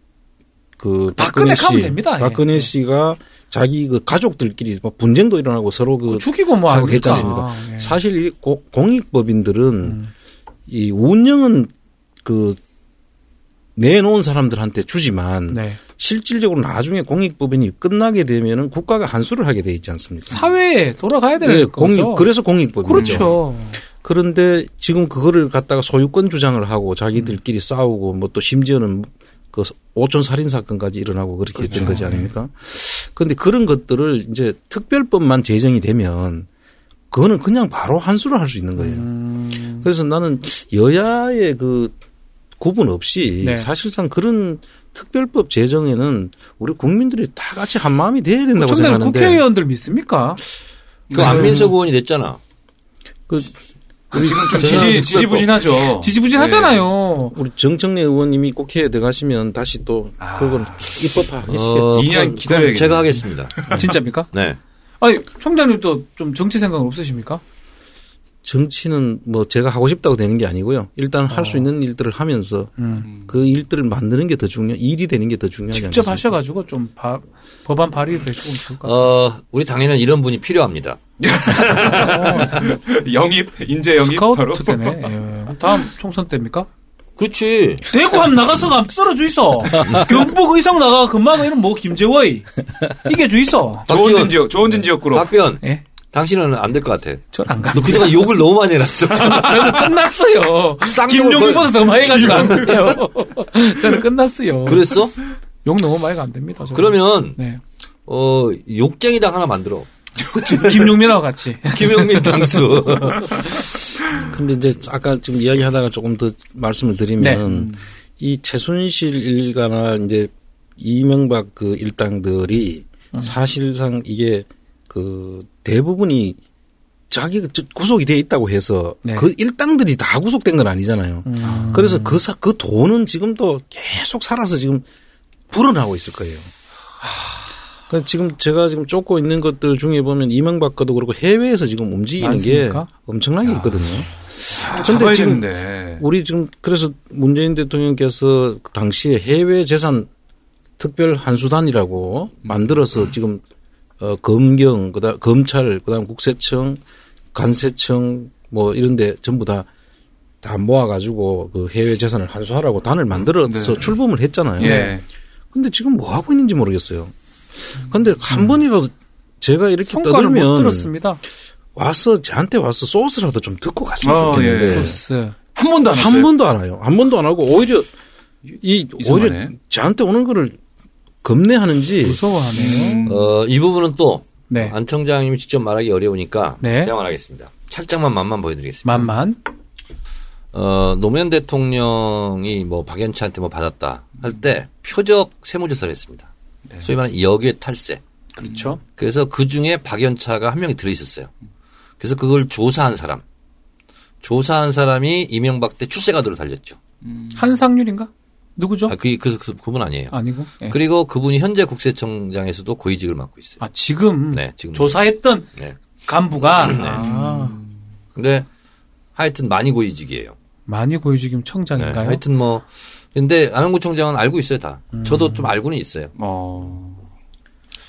그,
박근혜
박근혜,
가면
씨.
됩니다. 예.
박근혜
예.
씨가 자기 그 가족들끼리 막 분쟁도 일어나고 서로 그,
죽이고 뭐
하고
하고
했지 않습니까? 사실 이 고- 공익법인들은
음.
이 운영은 그 내놓은 사람들한테 주지만
네.
실질적으로 나중에 공익법인이 끝나게 되면은 국가가 한수를 하게 돼 있지 않습니까?
사회에 돌아가야 되는
네,
거죠.
공익 그래서 공익법이죠.
그렇죠.
그런데 지금 그거를 갖다가 소유권 주장을 하고 자기들끼리 싸우고 뭐 또 심지어는 그 오촌 살인 사건까지 일어나고 그렇게
그렇죠.
했던 거지 아닙니까? 그런데 그런 것들을 이제 특별법만 제정이 되면 그거는 그냥 바로 한수를 할 수 있는 거예요.
음,
그래서 나는 여야의 그 구분 없이
네.
사실상 그런 특별법 제정에는 우리 국민들이 다 같이 한 마음이 돼야 된다고
청년
생각하는데
뭐 국회의원들 믿습니까?
그 안민석 의원이 냈잖아.
그
지금 좀
저는
지지,
그럴
어.
지지부진하죠.
지지부진하잖아요.
우리 정청래 의원님이 국회에 들어가시면 다시 또
아.
그건 입법화
어,
하시겠지.
이 인연
그건- 그건
기다려야겠네.
제가 하겠습니다.
진짜입니까?
네.
아니, 총장님 또 좀 정치 생각 은 없으십니까?
정치는 뭐 제가 하고 싶다고 되는 게 아니고요. 일단 할
어.
수 있는 일들을 하면서
음.
그 일들을 만드는 게 더 중요, 일이 되는 게 더 중요하지 않습니까?
직접 하셔가지고 좀 바- 법안 발의도 해주면 좋을 것
어, 우리 당에는 이런 분이 필요합니다.
같아요.
영입, 인재 영입 바로.
스카우트 때네. 예. 다음 총선 때입니까?
그렇지.
대구 한 나가서 감 썰어 주이소. 경북 의성 나가 금방 이런 뭐 김재워이 이게 주이소.
좋은 지역, 좋은 지역구로.
네. 박변,
예,
당신은 안 될 것 같아.
전안 가.
너 그동안 욕을 너무 많이 해놨어.
저는 끝났어요.
쌍욕을 거의-
김용보다 더 많이 가지고 안 돼요. 저는 끝났어요.
그랬어?
욕 너무 많이 가안 됩니다. 저는.
그러면
네.
어 욕쟁이당 하나 만들어.
김용민하고 같이.
김영민 당수.
근데 이제 아까 지금 이야기하다가 조금 더 말씀을 드리면
네.
이 최순실 일가나 이제 이명박 그 일당들이
음.
사실상 이게 그 대부분이 자기가 저- 구속이 돼 있다고 해서
네.
그 일당들이 다 구속된 건 아니잖아요.
음.
그래서 그 사, 그 돈은 지금도 계속 살아서 지금 불어나고 있을 거예요. 그러니까 지금 제가 지금 쫓고 있는 것들 중에 보면 이명박 것도 그렇고 해외에서 지금 움직이는
많습니까?
게 엄청나게 있거든요.
근데 지금
근데 지금
데
우리 지금 그래서 문재인 대통령께서 그 당시에 해외 재산 특별 한수단이라고
음.
만들어서 지금 어 검경 그다음 검찰 그다음 국세청 관세청 뭐 이런데 전부 다 다 모아가지고 그 해외 재산을 한수하라고 단을 만들어서
네.
출범을 했잖아요.
예.
근데 지금 뭐 하고 있는지 모르겠어요. 근데 한 번이라도 제가 이렇게
음. 성과를 못
떠들면
들었습니다.
와서 저한테 와서 소스라도 좀 듣고 갔으면
아,
좋겠는데
예.
보스.
한 번도 안
한 번도 안 와요. 한 번도 안 하고 오히려 이
이상하네.
오히려 저한테 오는 거를 겁내하는지
무서워하네요.
음.
어, 이 부분은 또
네.
안 청장님이 직접 말하기 어려우니까
네.
제가 말하겠습니다. 살짝만 맛만 보여드리겠습니다.
만만.
어, 노무현 대통령이 뭐 박연차한테 뭐 받았다 할 때 표적 세무조사를 했습니다. 소위 말하는 역외 탈세.
네. 그렇죠.
그래서 그 중에 박연차가 한 명이 들어있었어요. 그래서 그걸 조사한 사람. 조사한 사람이 이명박 때 출세가도로 달렸죠.
한상률인가? 누구죠?
아, 그, 그, 그, 그분 아니에요.
그렇죠? 아니고. 예.
그리고 그분이 현재 국세청장에서도 고위직을 맡고 있어요.
아 지금
네, 지금.
조사했던
네.
간부가
네.
아,
근데 하여튼 많이 고위직이에요.
많이 보여주기면
네,
청장인가요?
하여튼 뭐. 근데 안흥구청장은 알고 있어요, 다.
음.
저도 좀 알고는 있어요.
어.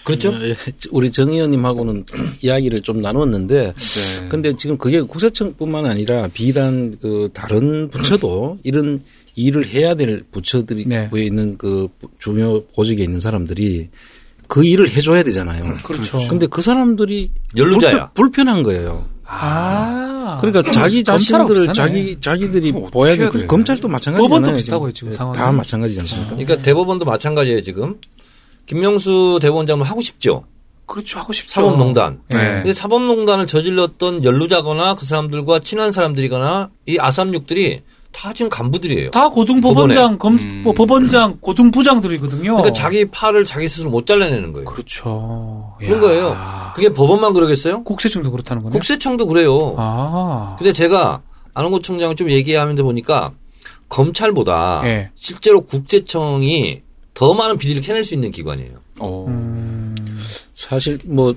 그렇죠?
예, 우리 정 의원님하고는 이야기를 좀 나눴는데
네.
근데 지금 그게 국세청뿐만 아니라 비단 그 다른 부처도 이런 일을 해야 될 부처들이
네.
에 있는 그 중요 보직에 있는 사람들이 그 일을 해줘야 되잖아요.
그렇죠.
근데 그 사람들이
연루자야.
불편, 불편한 거예요.
아
그러니까 자기
검찰하고
자신들을
비슷하네.
자기 자기들이
그럼 어떻게
보야
해야
되
돼?
검찰도 마찬가지잖아요.
법원도 비슷하고요, 지금
예,
상황이.
다 마찬가지지 않습니까?
그러니까 대법원도 마찬가지예요, 지금. 김명수 대법원장은 하고 싶죠.
그렇죠 하고 싶죠.
사법농단.
예.
네.
근데 사법농단을 저질렀던 연루자거나 그 사람들과 친한 사람들이거나 이 아삼육들이 다 지금 간부들이에요.
다 고등법원장, 검,
음.
뭐 법원장, 고등부장들이거든요.
그러니까 자기 팔을 자기 스스로 못 잘라내는 거예요.
그렇죠.
그런
야.
거예요. 그게 법원만 그러겠어요?
국세청도 그렇다는 거네.
국세청도 그래요.
아.
근데 제가 안원구 총장을 좀 얘기하면서 보니까 검찰보다
예.
실제로
아.
음. 국세청이 더 많은 비리를 캐낼 수 있는 기관이에요.
어.
음.
사실 뭐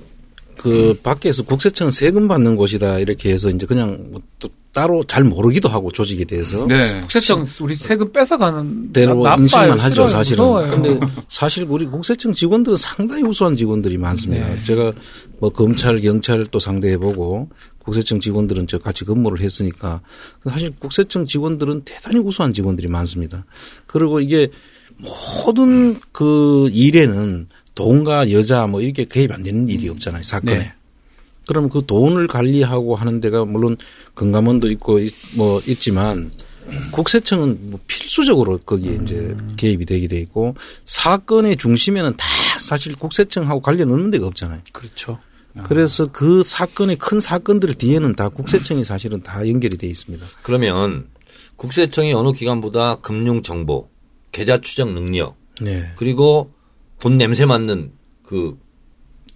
그 밖에서 국세청 세금 받는 곳이다 이렇게 해서 이제 그냥 뭐또 따로 잘 모르기도 하고 조직에 대해서
네.
국세청 우리 세금 뺏어가는
대로
나- 나빠요.
인식만 하죠
싫어요.
사실은.
무서워요.
근데 사실 우리 국세청 직원들은 상당히 우수한 직원들이 많습니다.
네.
제가 뭐 검찰, 경찰 또 상대해보고 국세청 직원들은 저 같이 근무를 했으니까 사실 국세청 직원들은 대단히 우수한 직원들이 많습니다. 그리고 이게 모든 그 일에는 돈과 여자 뭐 이렇게 개입 안 되는 일이 없잖아요 사건에.
네.
그럼 그 돈을 관리하고 하는 데가 물론 금감원도 있고 이- 뭐 있지만 국세청은 뭐 필수적으로 거기에
음.
이제 개입이 되게 돼 있고 사건의 중심에는 다 사실 국세청하고 관련 없는 데가 없잖아요.
그렇죠.
그래서 그 사건의 큰 사건들 뒤에는 다 국세청이 사실은 다 연결이 돼 있습니다.
그러면 국세청이 어느 기관보다 금융 정보, 계좌 추적 능력,
네.
그리고 돈 냄새 맡는 그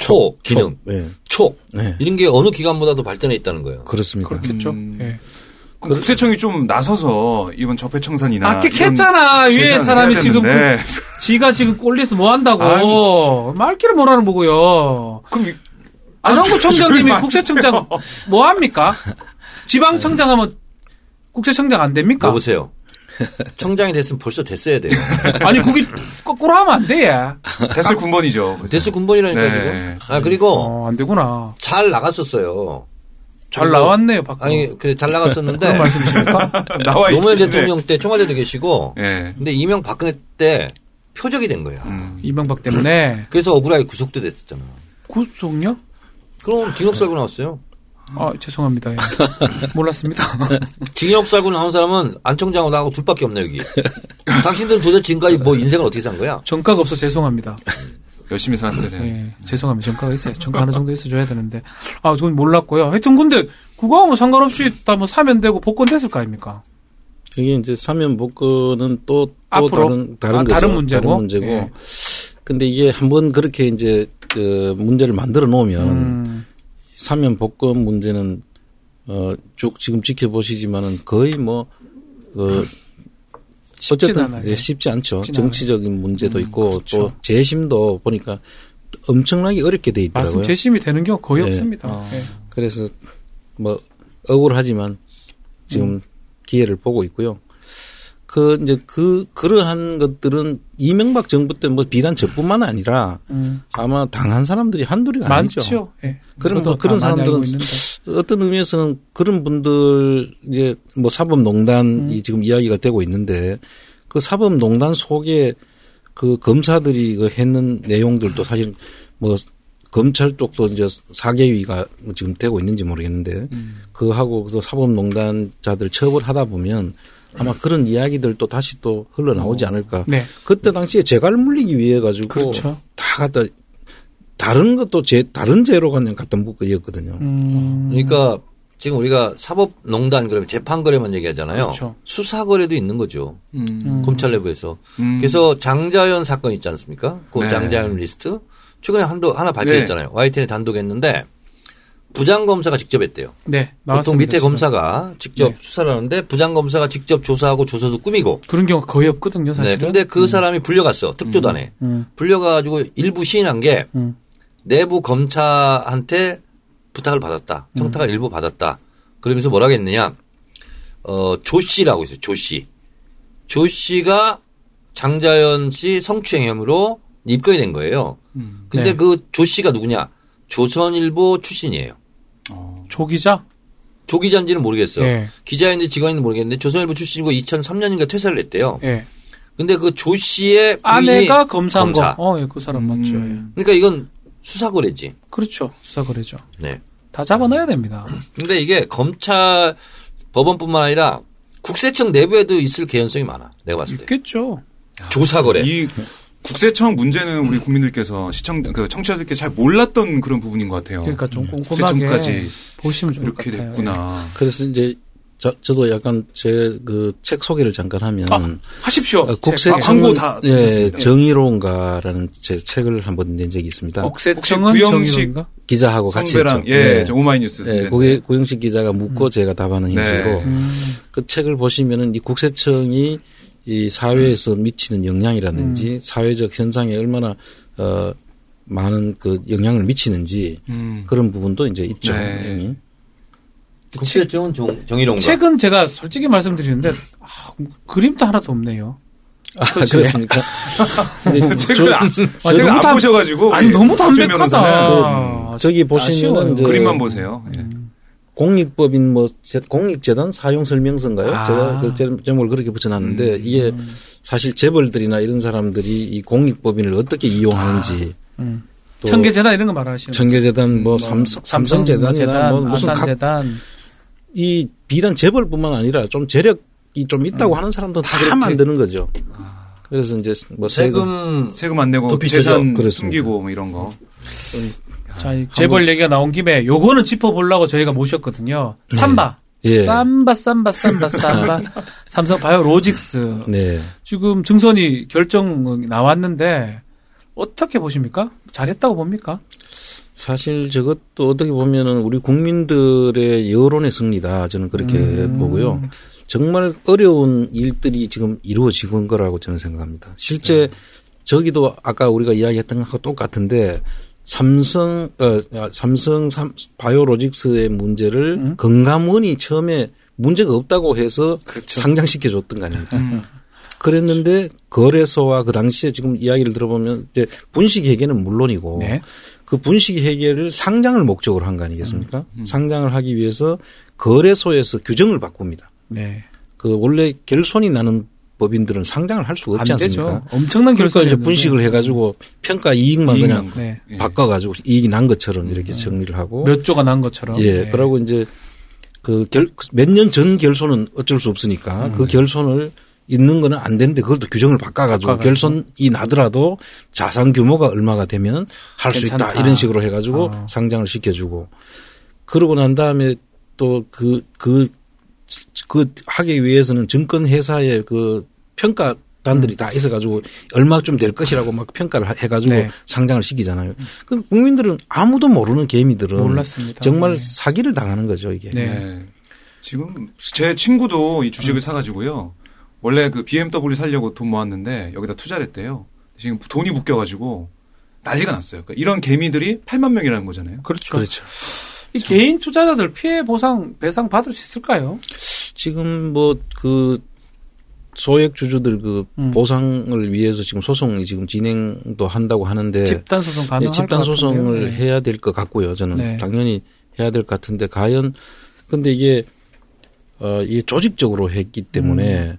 초 기능,
네.
촉
네.
이런 게 어느 기관보다도 발전해 있다는 거예요.
그렇습니다.
그렇겠죠. 예.
음. 그럼 국세청이 좀 나서서 이번 적폐청산이나
아끼했잖아
이런
아, 위에
재산을
사람이
해야
지금
되는데.
그- 지가 지금 꼴리에서 뭐 한다고 말귀를 뭐라는 보고요.
그럼 이-
아,
안성구
조용히
청장님이
하세요.
국세청장 뭐 합니까? 지방청장 하면 국세청장 안 됩니까?
여보세요. 청장이 됐으면 벌써 됐어야 돼요.
아니 그게 거꾸로 하면 안 돼.
어.
됐을 군번이죠. 그래서.
됐을 군번이라니까
네.
지금. 아 그리고
어, 안 되구나.
잘 나갔었어요.
잘
그리고-
나왔네요, 박.
아니 그 잘 나갔었는데
그런 말씀이십니까? 네.
나와
노무현
있기 때문에.
대통령 때 청와대도 계시고
예.
근데 이명 박근혜 때 표적이 된 거야.
음.
이명박 때문에
그래서 억울하게 구속도 됐었잖아.
구속요?
그럼 징역 살고 나왔어요.
아 죄송합니다. 예. 몰랐습니다.
징역 살고 나온 사람은 안청장하고 나하고 둘밖에 없네 여기. 당신들은 도대체 지금까지 뭐 인생을 어떻게 산 거야?
정가가 없어 죄송합니다.
열심히 살았어야 돼요.
예, 죄송합니다. 정가가 있어요. 정가 하나 정도 있어줘야 되는데. 아, 그건 몰랐고요. 하여튼, 근데, 국왕은 상관없이 다 뭐 사면 되고 복권 됐을 거 아닙니까?
그게 이제 사면 복권은 또, 또
앞으로?
다른, 다른
아,
거죠.
다른 문제고?
다른 문제고.
예.
근데 이게 한번 그렇게 이제 그 문제를 만들어 놓으면
음,
사면 복권 문제는 어 쭉 지금 지켜보시지만은 거의 뭐 어,
쉽진
어쨌든
않아요.
예, 쉽지 않죠.
쉽진
정치적인 문제도
음,
있고
그렇죠.
또 재심도 보니까 엄청나게 어렵게 돼 있더라고요.
말씀 재심이 되는 경우 거의
예.
없습니다. 예.
그래서 뭐 억울하지만 지금
음.
기회를 보고 있고요. 그 이제 그 그러한 것들은 이명박 정부 때 뭐 비단 저뿐만 아니라
음,
아마 당한 사람들이 한둘이 아니죠.
많죠. 예.
그런
저도
뭐 그런
다 많이 알고
사람들은
있는데.
어떤 의미에서는 그런 분들 이제 뭐
음.
사법농단이 지금 이야기가 되고 있는데 그 사법농단 속에 그 검사들이 그 했는 내용들도 사실 뭐 검찰 쪽도 이제 사개위가 뭐 지금 되고 있는지 모르겠는데
음.
그하고 또 사법농단자들 처벌하다 보면 아마 그런 이야기들도 다시 또 흘러나오지 않을까.
네.
그때 당시에 재갈 물리기 위해 가지고
그렇죠.
다 갖다 다른 것도 제 다른 죄로 그냥 갖다 묶었거든요.
음,
그러니까 지금 우리가 사법농단 그러면 재판거래만 얘기하잖아요.
그렇죠.
수사거래도 있는 거죠.
음.
검찰 내부에서.
음.
그래서 장자연 사건 있지 않습니까? 그
네.
장자연 리스트 최근에 한도 하나
네.
밝혀졌잖아요. YTN에 단독했는데 부장 검사가 직접 했대요.
네.
보통
나왔습니다.
밑에
지금.
검사가 직접
네.
수사를 하는데 부장 검사가 직접 조사하고 조서도 꾸미고.
그런 경우가 거의 없거든요,
네.
사실은.
근데 그 사람이 불려갔어. 특조단에.
음,
불려가지고 일부 시인한 게
음.
내부 검찰한테 부탁을 받았다. 청탁을 일부 받았다. 그러면서 뭐라고 했느냐. 어, 조 씨라고 있어요. 조 씨. 조 씨가 장자연 씨 성추행 혐의로 입건이 된 거예요.
네.
근데 그 조 씨가 누구냐. 조선일보 출신이에요.
조기자?
조 기자인지는 모르겠어요.
예.
기자인지 직원인지 모르겠는데 조선일보 출신이고 2003년인가 퇴사를 했대요.
예.
근데 그 조 씨의 부인이
아내가 검사한
검사.
거. 어, 예, 그 사람 맞죠. 예.
음.
그러니까 이건 수사거래지.
그렇죠. 수사거래죠.
네.
다 잡아놔야 됩니다.
근데 이게 검찰 법원뿐만 아니라 국세청 내부에도 있을 개연성이 많아. 내가 봤을 때.
있겠죠.
조사거래.
이 국세청 문제는 우리 국민들께서 시청 그 청취자들께 잘 몰랐던 그런 부분인 것 같아요.
그러니까 좀 꼼꼼하게
어. 네. 국세청까지
보시면 좋을 것
이렇게
같아요.
됐구나.
그래서 이제 저, 저도 약간 제 그 책 소개를 잠깐 하면
아, 하십시오.
어,
아, 광고 다
예,
됐습니다.
정의로운가라는 제 책을 한번 낸 적이 있습니다.
국세청은
혹시 아, 구형식-
정의인가?
기자하고 같이
어, 성배랑
했죠.
예, 저 오마이뉴스
예,
선배.
고개, 고영식 기자가 묻고 제가 답하는
네.
형식으로
음.
그 책을 보시면은 이 국세청이
음.
이 사회에서 미치는 영향이라든지 사회적 현상에 얼마나 어 많은 그 영향을 미치는지
음.
그런 부분도 이제 있죠.
네.
당연히.
그 국세청은 정, 정의로운가?
책은 제가 솔직히 말씀드리는데 아, 그림도 하나도 없네요.
아, 그렇습니까? 근데
그렇죠. 책을 안,
아,
책을 안
너무 담-
보셔가지고.
아니
예,
너무 아,
박지훈 변호사는
담백하다.
그 저기 보시면은
아쉬워요.
이제
그림만 보세요. 예.
음.
공익법인 뭐 제- 공익재단 사용 설명서인가요?
아.
제가 그 제- 제목을 그렇게 붙여놨는데 이게 사실 재벌들이나 이런 사람들이 이 공익법인을 어떻게 이용하는지
음.
또
청계재단 이런 거 말하시는 거죠?
청계재단 뭐 삼, 성재단이나뭐 무슨 각
아산재단
이 비단 재벌뿐만 아니라 좀 재력이 좀 있다고 하는 사람도 음. 다 만드는 거죠. 그래서 이제 뭐 세금
세금
세금 안 내고
도피죠.
재산
그렇습니다.
숨기고 뭐 이런 거.
자, 이 재벌 얘기가 나온 김에 요거는 짚어보려고 저희가 모셨거든요. 삼바.
예.
삼바, 삼바, 삼바, 삼바. 삼성 바이오 로직스.
네.
지금 증선이 결정 나왔는데 어떻게 보십니까? 잘했다고 봅니까?
사실 저것도 어떻게 보면은 우리 국민들의 여론의 승리다 저는 그렇게 보고요. 정말 어려운 일들이 지금 이루어지고 있는 거라고 저는 생각합니다. 실제 저기도 아까 우리가 이야기했던 것과 똑같은데 삼성 어 아, 삼성 삼- 바이오로직스의 문제를 건강원이 처음에 문제가 없다고 해서 상장시켜 줬던 거 아닙니까?
음.
그랬는데 거래소와 그 당시에 지금 이야기를 들어보면 이제 분식 회계는 물론이고
네.
그 분식 회계를 상장을 목적으로 한 거 아니겠습니까?
음,
상장을 하기 위해서 거래소에서 규정을 바꿉니다.
네.
그 원래 결손이 나는 법인들은 상장을 할 수가
안
뭐 없지
되죠.
않습니까?
엄청난
그러니까
결손이
이제 분식을 해가지고 평가 이익만
이익
그냥
난
네.
예.
바꿔가지고 이익이 난 것처럼 이렇게 정리를 하고
음. 몇 조가 난 것처럼.
뭐? 예,
네.
그러고 이제 그 몇 년 전 결손은 어쩔 수 없으니까
음.
그 결손을 있는 거는 안 되는데 그걸 또 규정을 바꿔가지고
바꿔가지고.
결손이 나더라도 자산 규모가 얼마가 되면 할 수 있다
괜찮다.
이런 식으로 해가지고
어.
상장을 시켜주고 그러고 난 다음에 또 그 그 그 하기 위해서는 증권 회사의 그 평가
음.
단들이 다 있어가지고 얼마쯤 될 것이라고 막 평가를 해가지고
네.
상장을 시키잖아요. 그럼 국민들은 아무도 모르는 개미들은
몰랐습니다.
정말
네.
사기를 당하는 거죠 이게.
네.
네. 지금 제 친구도 이 주식을 사가지고요. 원래 그 BMW 살려고 돈 모았는데 여기다 투자를 했대요. 지금 돈이 묶여가지고 난리가 났어요. 그러니까 이런 개미들이 8만 명이라는 거잖아요.
그렇죠.
그렇죠.
이 개인 투자자들 피해 보상 배상 받을 수 있을까요?
지금 뭐 그 소액 주주들 그
음.
보상을 위해서 지금 소송이 지금 진행도 한다고 하는데
집단 소송
예,
가능할
집단
것 같은데요.
소송을
네.
해야 될 것 같고요. 저는
네.
당연히 해야 될 것 같은데 과연 근데 이게 어, 이게 조직적으로 했기
음.
때문에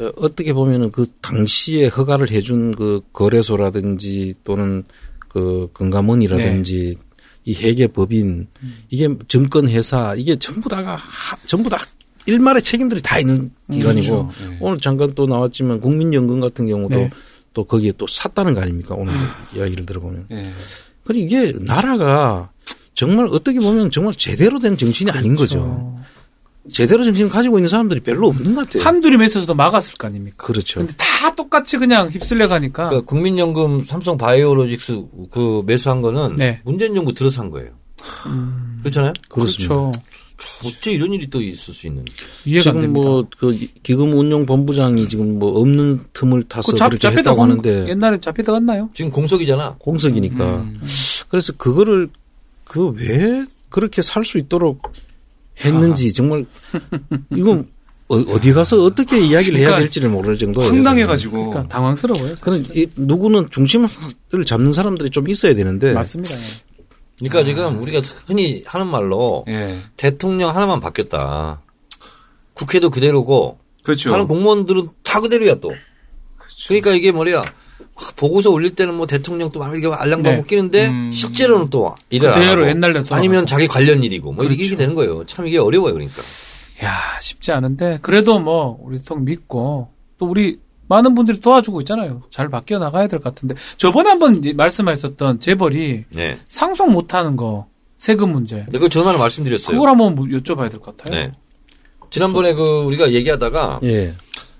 어, 어떻게 보면은 그 당시에 허가를 해준 그 거래소라든지 또는 그
네.
건감원이라든지 이 회계법인
음.
이게 증권회사 이게 전부 다가 하- 전부 다 일말의 책임들이 다 있는 기관이고
그렇죠. 네.
오늘 잠깐 또 나왔지만 국민연금 같은 경우도
음, 네.
또 거기에 또 샀다는 거 아닙니까 오늘 이야기를 들어보면
예.
그러니 이게 나라가 정말 어떻게 보면 정말 제대로 된 정신이 아닌 거죠
어.
제대로 정신을 가지고 있는 사람들이 별로 없는 것 같아요
한둘이 메서도 막았을 거 아닙니까?
네. 그렇죠
근데 다 똑같이 그냥 휩쓸려 가니까
그러니까 국민연금 삼성 바이오로직스 그 매수한 거는
네.
문재인 정부 들어서 한 거예요. 그렇잖아요?
그렇습니다
그렇죠.
어째 이런 일이 또 있을 수 있는지.
이해가 안
지금
됩니다.
뭐 그 기금운용본부장이 지금 뭐 없는 틈을 타서
그 잡-
그렇게 했다고
간-
하는데
옛날에 잡히다 갔나요?
지금 공석이잖아.
공석이니까
음,
그래서 그거를 그 왜 그렇게 살 수 있도록 했는지 정말 이건 어, 디 가서 어떻게 이야기를 해야
그러니까
될지를 모를 뭐 정도예요.
황당해가지고.
그러니까 당황스러워요.
저는.
사실.
그런 이 누구는 중심을 잡는 사람들이 좀 있어야 되는데
맞습니다.
그러니까 지금 우리가 흔히 하는 말로
예.
대통령 하나만 바뀌었다. 국회도 그대로고
그렇죠.
다른 공무원들은 다 그대로야 또. 그러니까 이게 뭐야 보고서 올릴 때는 뭐 대통령 또 막 이렇게 알랑방구
네.
끼는데
음.
실제로는 또 이래
그대로 옛날 대통령.
아니면 자기 관련 일이고 뭐 이렇게, 이렇게 되는 거예요. 참 이게 어려워요 그러니까.
야 쉽지 않은데 그래도 뭐 우리 통 믿고 또 우리 많은 분들이 도와주고 있잖아요. 잘 바뀌어 나가야 될 것 같은데 저번에 한번 이- 말씀하셨던 재벌이
네.
상속 못하는 거 세금 문제
근데 그 전화로 말씀드렸어요.
그걸 한번 뭐 여쭤봐야 될 것 같아요.
네. 지난번에 그 우리가 얘기하다가
예,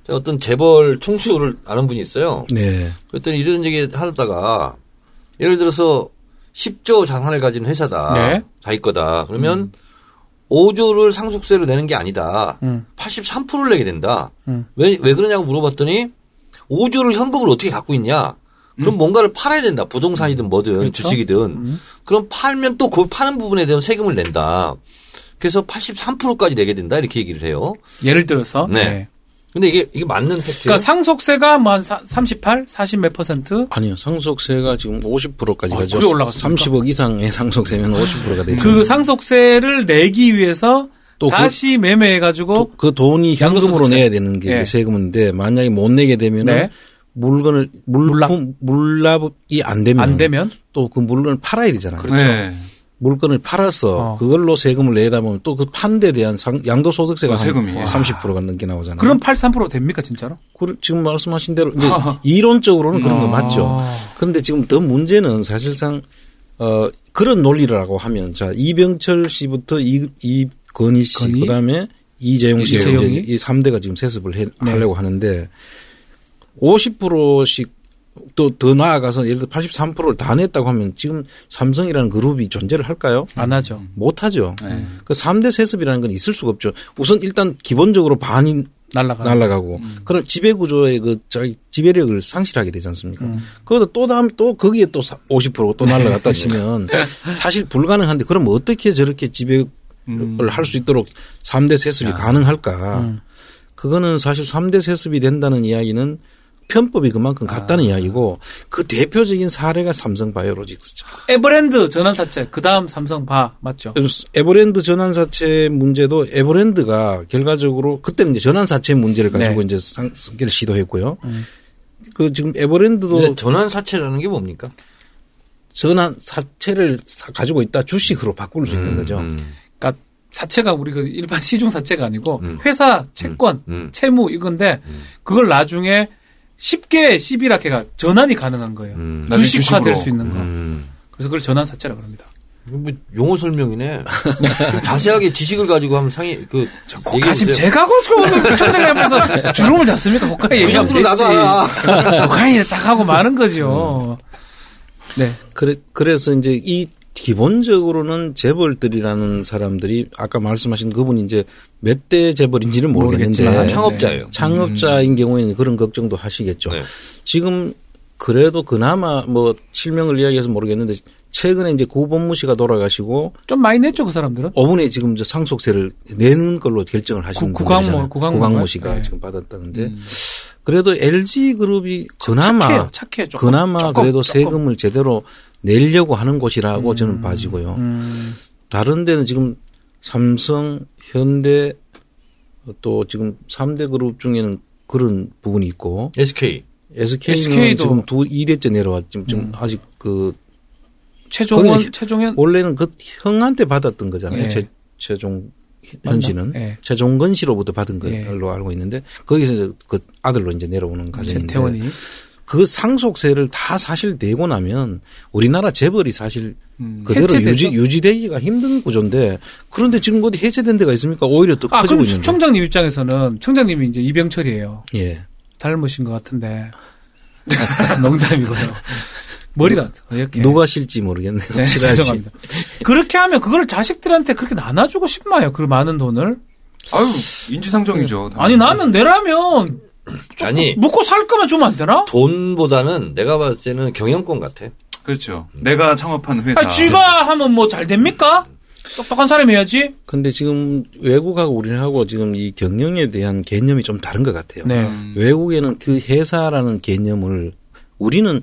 제가 어떤 재벌 총수를 아는 분이 있어요.
네,
그랬더니 이런 얘기 하다가 예를 들어서 10조 자산을 가진 회사다.
네.
자기 거다. 그러면 5조를 상속세로 내는 게 아니다.
음.
83%를 내게 된다.
음.
왜, 왜 그러냐고 물어봤더니 5조를 현금을 어떻게 갖고 있냐? 그럼
음.
뭔가를 팔아야 된다. 부동산이든 뭐든
그렇죠.
주식이든. 그럼 팔면 또 그 파는 부분에 대한 세금을 낸다. 그래서 83%까지 내게 된다. 이렇게 얘기를 해요.
예를 들어서
네.
네.
근데 이게 이게 맞는 팩트예요.
그러니까 상속세가 뭐 한 38, 40 몇 퍼센트
아니요. 상속세가 지금 50%까지
아,
가죠.
그래 올라갔습니까?
30억 이상의 상속세면
네.
50%가 되죠.
그 상속세를 내기 위해서
또 그-
다시 매매해 가지고
도- 그 돈이 현금으로
양도소득세.
내야 되는 게
예.
이제 세금인데 만약에 못 내게 되면
네.
은 물건을 물품 물납이 안 되면
안 되면 그렇죠.
또 그 물건을 팔아야 되잖아요.
네.
물건을 팔아서
어.
그걸로 세금을 내다 보면 또 그 판에 대한 상- 양도소득세가
또 세금이.
한 30%가 넘게 나오잖아요.
예. 그럼 83% 됩니까 진짜로?
그- 지금 말씀하신 대로 이제 이론적으로는 그런 거 맞죠.
아.
그런데 지금 더 문제는 사실상 어 그런 논리라고 하면 자 이병철 씨부터 이 이건희 씨
건희?
그다음에 이재용 씨
이재용이?
이제 이 3대가 지금 세습을 해,
네.
하려고 하는데 50%씩 또 더 나아가서 예를 들어 83%를 다 냈다고 하면 지금 삼성이라는 그룹이 존재를 할까요?
안 하죠.
못 하죠.
네.
그 3대 세습이라는 건 있을 수가 없죠. 우선 일단 기본적으로 반이
날라가.
날아가고
음.
그럼 지배 구조의 그 저기 지배력을 상실하게 되지 않습니까?
음.
그러다 또 다음 또 거기에 또 50%가 또
네.
날아갔다 치면 사실 불가능한데 그럼 어떻게 저렇게 지배를
음.
할 수 있도록 3대 세습이 가능할까? 그거는 사실 3대 세습이 된다는 이야기는 편법이 그만큼 같다는
아.
이야기고 그 대표적인 사례가 삼성바이오로직스죠.
에버랜드 전환사채 그다음 삼성 바 맞죠?
에버랜드 전환사채 문제도 에버랜드가 결과적으로 그때는 이제 전환사채 문제를 가지고
네.
이제 상- 승계를 시도했고요.
음.
그 지금 에버랜드도
근데 전환 사채라는 게 뭡니까?
음.
전환사채를 사- 가지고 있다 주식으로 바꿀 수 있는 거죠.
음.
그러니까 사채가 우리 그 일반 시중 사채가 아니고
음.
회사 채권,
음.
채무 이건데 그걸 나중에 쉽게 11학회가 전환이 가능한 거예요.
음.
나중에
주식화 될
주식으로.
수 있는 거.
음.
그래서 그걸 전환 사채라고 합니다.
이거 뭐 용어 설명이네. 좀 자세하게 지식을 가지고 한번 상의 그
고가심 제가 그렇게 오늘 초대하면서 주름을 잡습니까? 고가 얘기하면
부정부로
되지.
나가라.
고가 얘기 딱 하고 마는 거죠. 네.
그래, 그래서 이제 이 기본적으로는 재벌들이라는 사람들이 아까 말씀하신 그분이 이제 몇 대 재벌인지는
모르겠지만
모르겠는데
네. 창업자예요. 음.
창업자인 경우에는 그런 걱정도 하시겠죠.
네.
지금 그래도 그나마 뭐 실명을 이야기해서 모르겠는데 최근에 이제 고범무 씨가 돌아가시고
좀 많이 냈죠, 그 사람들은?
5분에 지금 저 상속세를 내는 걸로 결정을 하신
구-
분이잖아요.
구광모, 구광모
씨가
네.
지금 받았다는데 그래도 LG 그룹이
착해요,
그나마
착해. 조금,
그나마
조금,
그래도
조금.
세금을 제대로 내려고 하는 곳이라고 저는 봐지고요.
음,
다른 데는 지금 삼성, 현대 또 지금 3대 그룹 중에는 그런 부분이 있고
SK.
SK는
SK 도- 음.
지금 두 2대째 내려왔지만 지금 아직 그
최종원,
거기는
최종현.
원래는 그 형한테 받았던 거잖아요.
예.
최, 최종
맞나?
현씨는
예.
최종건 씨로부터 받은
예.
걸로 알고 있는데 거기서 이제 그 아들로 이제 내려오는 과정인데
재태원이.
그 상속세를 다 사실 내고 나면 우리나라 재벌이 사실 그대로
해체되죠?
유지, 유지되기가 힘든 구조인데 그런데 지금 어디 해체된 데가 있습니까? 오히려 더
아,
커지고
그럼
있는데.
총장님 입장에서는, 총장님이 이제 이병철이에요.
예.
닮으신 것 같은데. 농담이고요. 머리가 이렇게.
누가 실지 모르겠네요.
예. 네,
실할지.
죄송합니다. 그렇게 하면 그걸 자식들한테 그렇게 나눠주고 싶나요? 그 많은 돈을?
아유 인지상정이죠.
네. 아니 나는 내라면
예.
아니
먹고 살 거만 주면 안 되나?
돈보다는 내가 봤을 때는 경영권 같아.
그렇죠. 내가 창업한 회사.
아 쥐가 하면 뭐 잘 됩니까? 똑똑한 사람이어야지.
근데 지금 외국하고 우리하고 지금 이 경영에 대한 개념이 좀 다른 것 같아요.
네.
외국에는 그 회사라는 개념을 우리는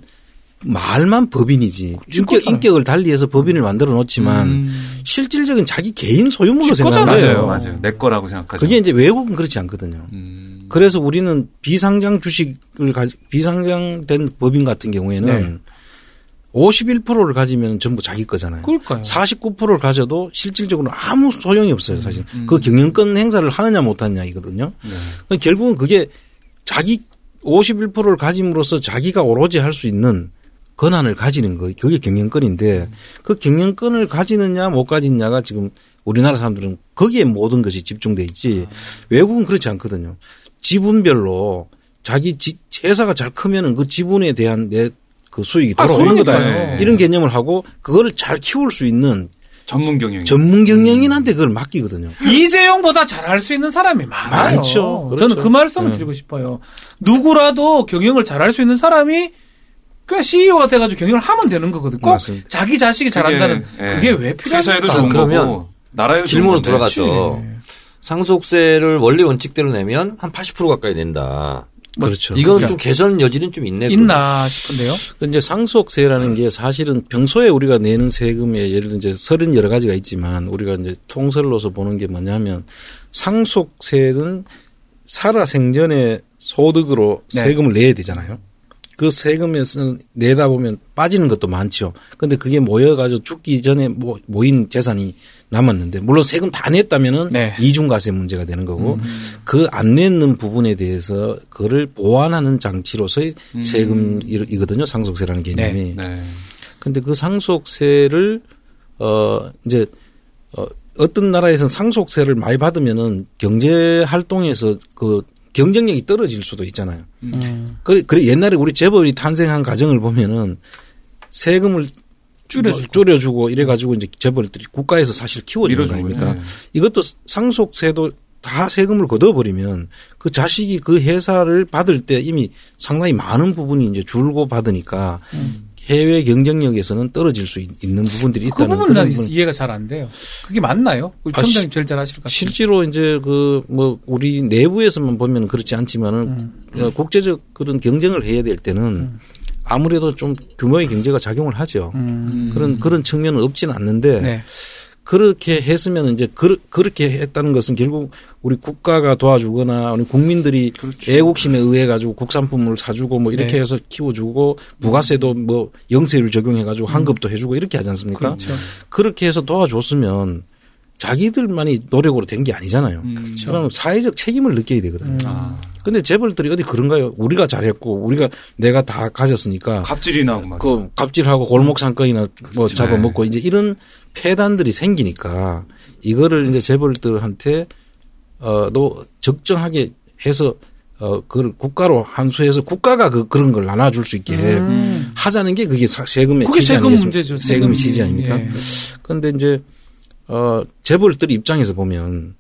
말만 법인이지 인격, 인격을 달리해서 법인을 만들어 놓지만
음.
실질적인 자기 개인 소유물로
지 거잖아요.
생각하는
맞아요,
거예요.
맞아요. 내 거라고 생각하죠.
그게 이제 외국은 그렇지 않거든요.
음.
그래서 우리는 비상장 주식을 가지 비상장된 법인 같은 경우에는 51%를 가지면 전부 자기 거잖아요.
그럴까요?
49%를 가져도 실질적으로 아무 소용이 없어요, 사실. 그 경영권 행사를 하느냐 못하느냐이거든요.
네.
그러니까 결국은 그게 자기 51%를 가짐으로써 자기가 오로지 할 수 있는 권한을 가지는 거, 그게 경영권인데 그 경영권을 가지느냐 못 가지느냐가 지금 우리나라 사람들은 거기에 모든 것이 집중돼 있지 외국은 그렇지 않거든요. 지분별로 자기 지, 회사가 잘 크면은 그 지분에 대한 내 그 수익이
아,
돌아오는 거다
그러니까요.
이런 개념을 하고 그거를 잘 키울 수 있는
전문
음.
경영.
전문 경영인한테 그걸 맡기거든요.
이재용보다 잘할 수 있는 사람이 많아요.
많죠.
저는
그렇죠.
그 말씀을
네.
드리고 싶어요. 누구라도 경영을 잘할 수 있는 사람이 그냥 CEO가 돼가지고 경영을 하면 되는 거거든. 꼭
맞습니다. 예.
자기 자식이 잘한다는 그게 왜
예. 회사에도
필요합니까? 아,
좋은
그러면
거고
네,
나라에도
질문으로
좋은 건데.
돌아가죠. 상속세를 원리 원칙대로 내면 한 80% 가까이 낸다.
그렇죠.
뭐 이건
그러니까.
좀 개선 여지는 좀 있네.
있나 싶은데요.
그 이제 상속세라는 게 사실은 평소에 우리가 내는 세금에 예를 들어 이제 서른 여러 가지가 있지만 우리가 이제 통설로서 보는 게 뭐냐면 상속세는 살아 생전에 소득으로
네.
세금을 내야 되잖아요. 그 세금에서 내다 보면 빠지는 것도 많죠. 근데 그게 모여가지고 죽기 전에 모- 모인 재산이 남았는데 물론 세금 다 냈다면은
네.
이중과세 문제가 되는 거고 그 안 내는 부분에 대해서 그를 보완하는 장치로서의 세금이거든요. 상속세라는 개념이.
네.
근데 그 상속세를 어 이제 어 어떤 나라에서는 상속세를 많이 받으면은 경제 활동에서 그 경쟁력이 떨어질 수도 있잖아요.
음.
그래, 그래 옛날에 우리 재벌이 탄생한 과정을 보면은 세금을
줄여줄
뭐 줄여주고 이래 가지고 이제 재벌들이 국가에서 사실 키워주는 뭐 거
밀어준 거죠.
아닙니까?
네.
이것도 상속세도 다 세금을 걷어버리면 그 자식이 그 회사를 받을 때 이미 상당히 많은 부분이 이제 줄고 받으니까 해외 경쟁력에서는 떨어질 수 있- 있는 부분들이
음. 그
있다는
부분은
그런
난
부분.
이해가 잘 안 돼요. 그게 맞나요? 우리
아,
청장님 제일 잘 아실 것 같아요.
실제로 이제 그 뭐 우리 내부에서만 보면 그렇지
음.
않지만은 어, 국제적 그런 경쟁을 해야 될 때는 아무래도 좀 규모의 경제가 작용을 하죠.
음.
그런 그런 측면은 없진 않는데
네.
그렇게 했으면 이제 그, 그렇게 했다는 것은 결국 우리 국가가 도와주거나 우리 국민들이 애국심에 의해 가지고 국산품을 사주고 뭐 이렇게
그렇죠. 네.
해서 키워주고 부가세도 뭐 영세율 적용해 가지고 환급도 해주고 이렇게 하지 않습니까?
그렇죠.
그렇게 해서 도와줬으면 자기들만이 노력으로 된 게 아니잖아요.
그렇죠.
그럼 사회적 책임을 느껴야 되거든요.
음.
아,
근데 재벌들이 어디 그런가요? 우리가 잘했고 우리가 내가 다 가졌으니까
아, 갑질이 나고 막.
그 갑질하고 골목 상권이나 뭐
그렇죠.
잡아먹고
네.
이제 이런 폐단들이 생기니까 이거를 이제 재벌들한테 어도 적정하게 해서 어 그걸 국가로 한수해서 국가가 그 그런 걸 나눠줄 수 있게
음.
하자는 게 그게 사- 세금의
그게
지지
세금
아니겠습니까?
문제죠.
세금 지지
음,
아닙니까?
예.
그런데 이제 어 재벌들 입장에서 보면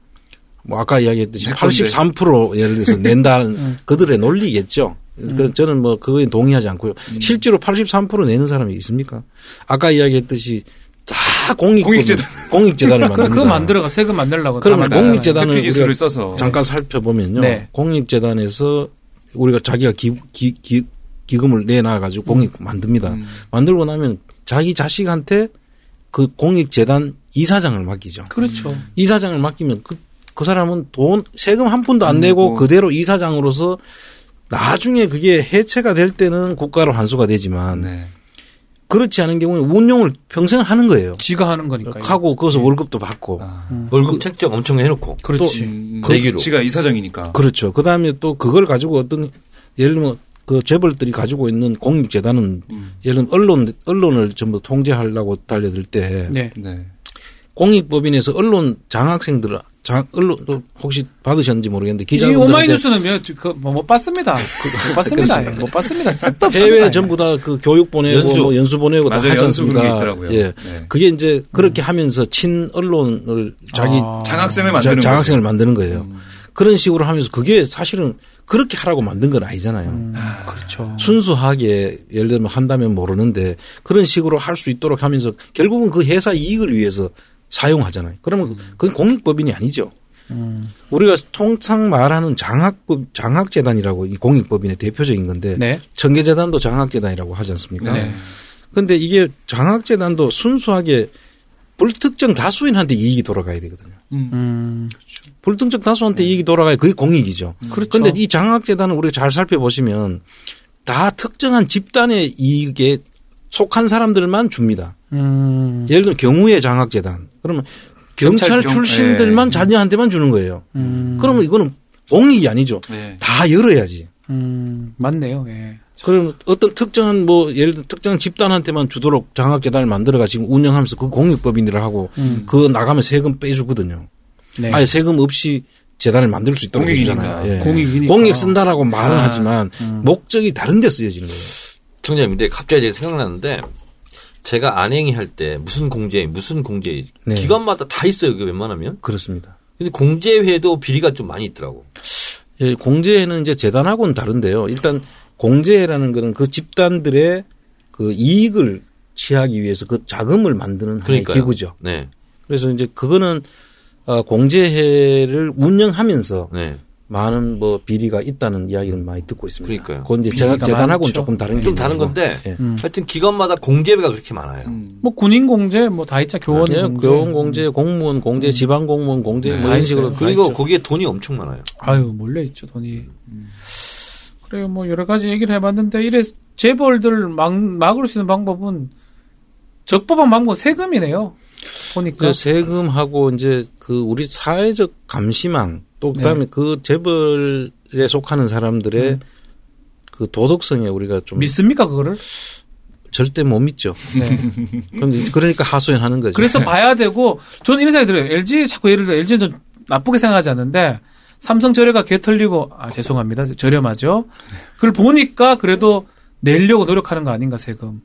뭐 아까 이야기했듯이
내 건데.
83% 예를 들어서 낸다는 그들의 논리겠죠. 그 저는 뭐 그거에 동의하지 않고요. 실제로 83% 내는 사람이 있습니까? 아까 이야기했듯이 다 공익
공익재단.
공익재단을
그래, 그거
만듭니다.
만들어가 세금 안 내려고. 다
그러면
만들잖아요.
공익재단을
대표 기술을
우리가
써서.
잠깐 살펴보면요.
네.
공익재단에서 우리가 자기가 기, 기, 기, 기금을 내놔가지고 공익 만듭니다.
음.
만들고 나면 자기 자식한테 그 공익재단 이사장을 맡기죠.
그렇죠.
이사장을 맡기면 그, 그 사람은 돈, 세금 한 푼도 안 내고
내고.
그대로 이사장으로서 나중에 그게 해체가 될 때는 국가로 환수가 되지만
네.
그렇지 않은 경우는 운용을 평생 하는 거예요.
지가 하는 거니까요. 예.
하고 거기서 월급도 받고.
아.
월급 책정 엄청 해놓고.
그렇지.
음,
그 내기로.
지가 이사장이니까.
그렇죠. 그 다음에 또 그걸 가지고 어떤 예를 들면 그 재벌들이 가지고 있는 공익재단은
음.
예를 들면 언론, 언론을 전부 통제하려고 달려들 때
네.
네.
공익법인에서 언론 장학생들, 장, 언론, 또 혹시 받으셨는지 모르겠는데
이
기자분들한테
오마이뉴스는 몇, 그, 뭐, 못 봤습니다. 못 봤습니다. 예, 못 봤습니다. 셋도 없습니다.
해외
예.
전부 다 그 교육 보내고
연수.
연수, 뭐 연수 보내고 다
맞아요.
하지
연수 그런
않습니까?
게 있더라고요.
예.
네.
그게 이제 그렇게 하면서 친 언론을 자기
아.
장학생을
자,
만드는
장학생을
거죠.
만드는 거예요. 그런 식으로 하면서 그게 사실은 그렇게 하라고 만든 건 아니잖아요.
그렇죠.
순수하게 예를 들면 한다면 모르는데 그런 식으로 할 수 있도록 하면서 결국은 그 회사 이익을 위해서 사용하잖아요. 그러면 그건 공익법인이 아니죠.
음.
우리가 통상 말하는 장학법 장학재단이라고 이 공익법인의 대표적인 건데
네.
청계재단도 장학재단이라고 하지 않습니까?
네.
근데 이게 장학재단도 순수하게 불특정 다수인한테 이익이 돌아가야 되거든요.
음.
불특정 다수한테 이익이 돌아가야 그게 공익이죠.
그렇죠.
그런데 이 장학재단은 우리가 잘 살펴보시면 다 특정한 집단의 이익에 속한 사람들만 줍니다.
음.
예를 들면 경우의 장학재단. 그러면
경찰
경찰
경-
출신들만
예.
자녀한테만 주는 거예요.
음.
그러면 이거는 공익이 아니죠.
네.
다 열어야지.
음. 맞네요. 예.
그럼 어떤 특정한 뭐 예를 들어 특정한 집단한테만 주도록 장학재단을 만들어가 지금 운영하면서 그 공익법인들을 하고
음.
그거 나가면 세금 빼주거든요.
네.
아예 세금 없이 재단을 만들 수 있도록
공익이니까.
해주잖아요. 예.
공익이니까.
공익 쓴다라고 말은
아,
하지만 목적이 다른 데 쓰여지는 거예요.
청장님인데 갑자기 제가 생각났는데 제가 안행이 할 때 무슨 공제, 무슨 공제
네.
기관마다 다 있어요. 그게 웬만하면.
그렇습니다.
근데 공제회도 비리가 좀 많이 있더라고.
아, 예, 공제회는 이제 재단하고는 다른데요. 일단 공제회라는 거는 그 집단들의 그 이익을 취하기 위해서 그 자금을 만드는 하나의
그러니까요.
기구죠.
네.
그래서 이제 그거는 어, 공제회를 운영하면서
네.
많은 뭐 비리가 있다는 이야기를 많이 듣고
음.
있습니다.
그러니까요.
그건 이제
비리가
재- 재단하고는
많죠.
조금 다른
좀
개념이지만.
다른 건데
예.
하여튼 기관마다 공제비가 그렇게 많아요.
음.
음.
뭐 군인 공제, 뭐 다이차 교원
예,
공제. 음.
교원 공제, 공무원 공제, 지방 공무원 공제
네.
다
뭐 이런
있어요.
식으로 다
그리고 그러니까
있죠.
거기에 돈이 엄청 많아요.
아유 몰래 있죠 돈이. 음. 그래요 뭐 여러 가지 얘기를 해봤는데 이래 재벌들 막 막을 수 있는 방법은 적법한 방법은 세금이네요. 보니까
그 세금하고 이제 그 우리 사회적 감시망 또 그다음에
네.
그 재벌에 속하는 사람들의
음.
그 도덕성에 우리가 좀
믿습니까 그거를?
절대 못 믿죠.
네.
근데 그러니까 하소연하는 거죠.
그래서 봐야 되고 저는 이런 생각이 들어요. LG 자꾸 예를 들어 LG는 좀 나쁘게 생각하지 않는데 삼성 저렴가 개털리고 아 죄송합니다 저렴하죠. 그걸 보니까 그래도 내려고 노력하는 거 아닌가 세금.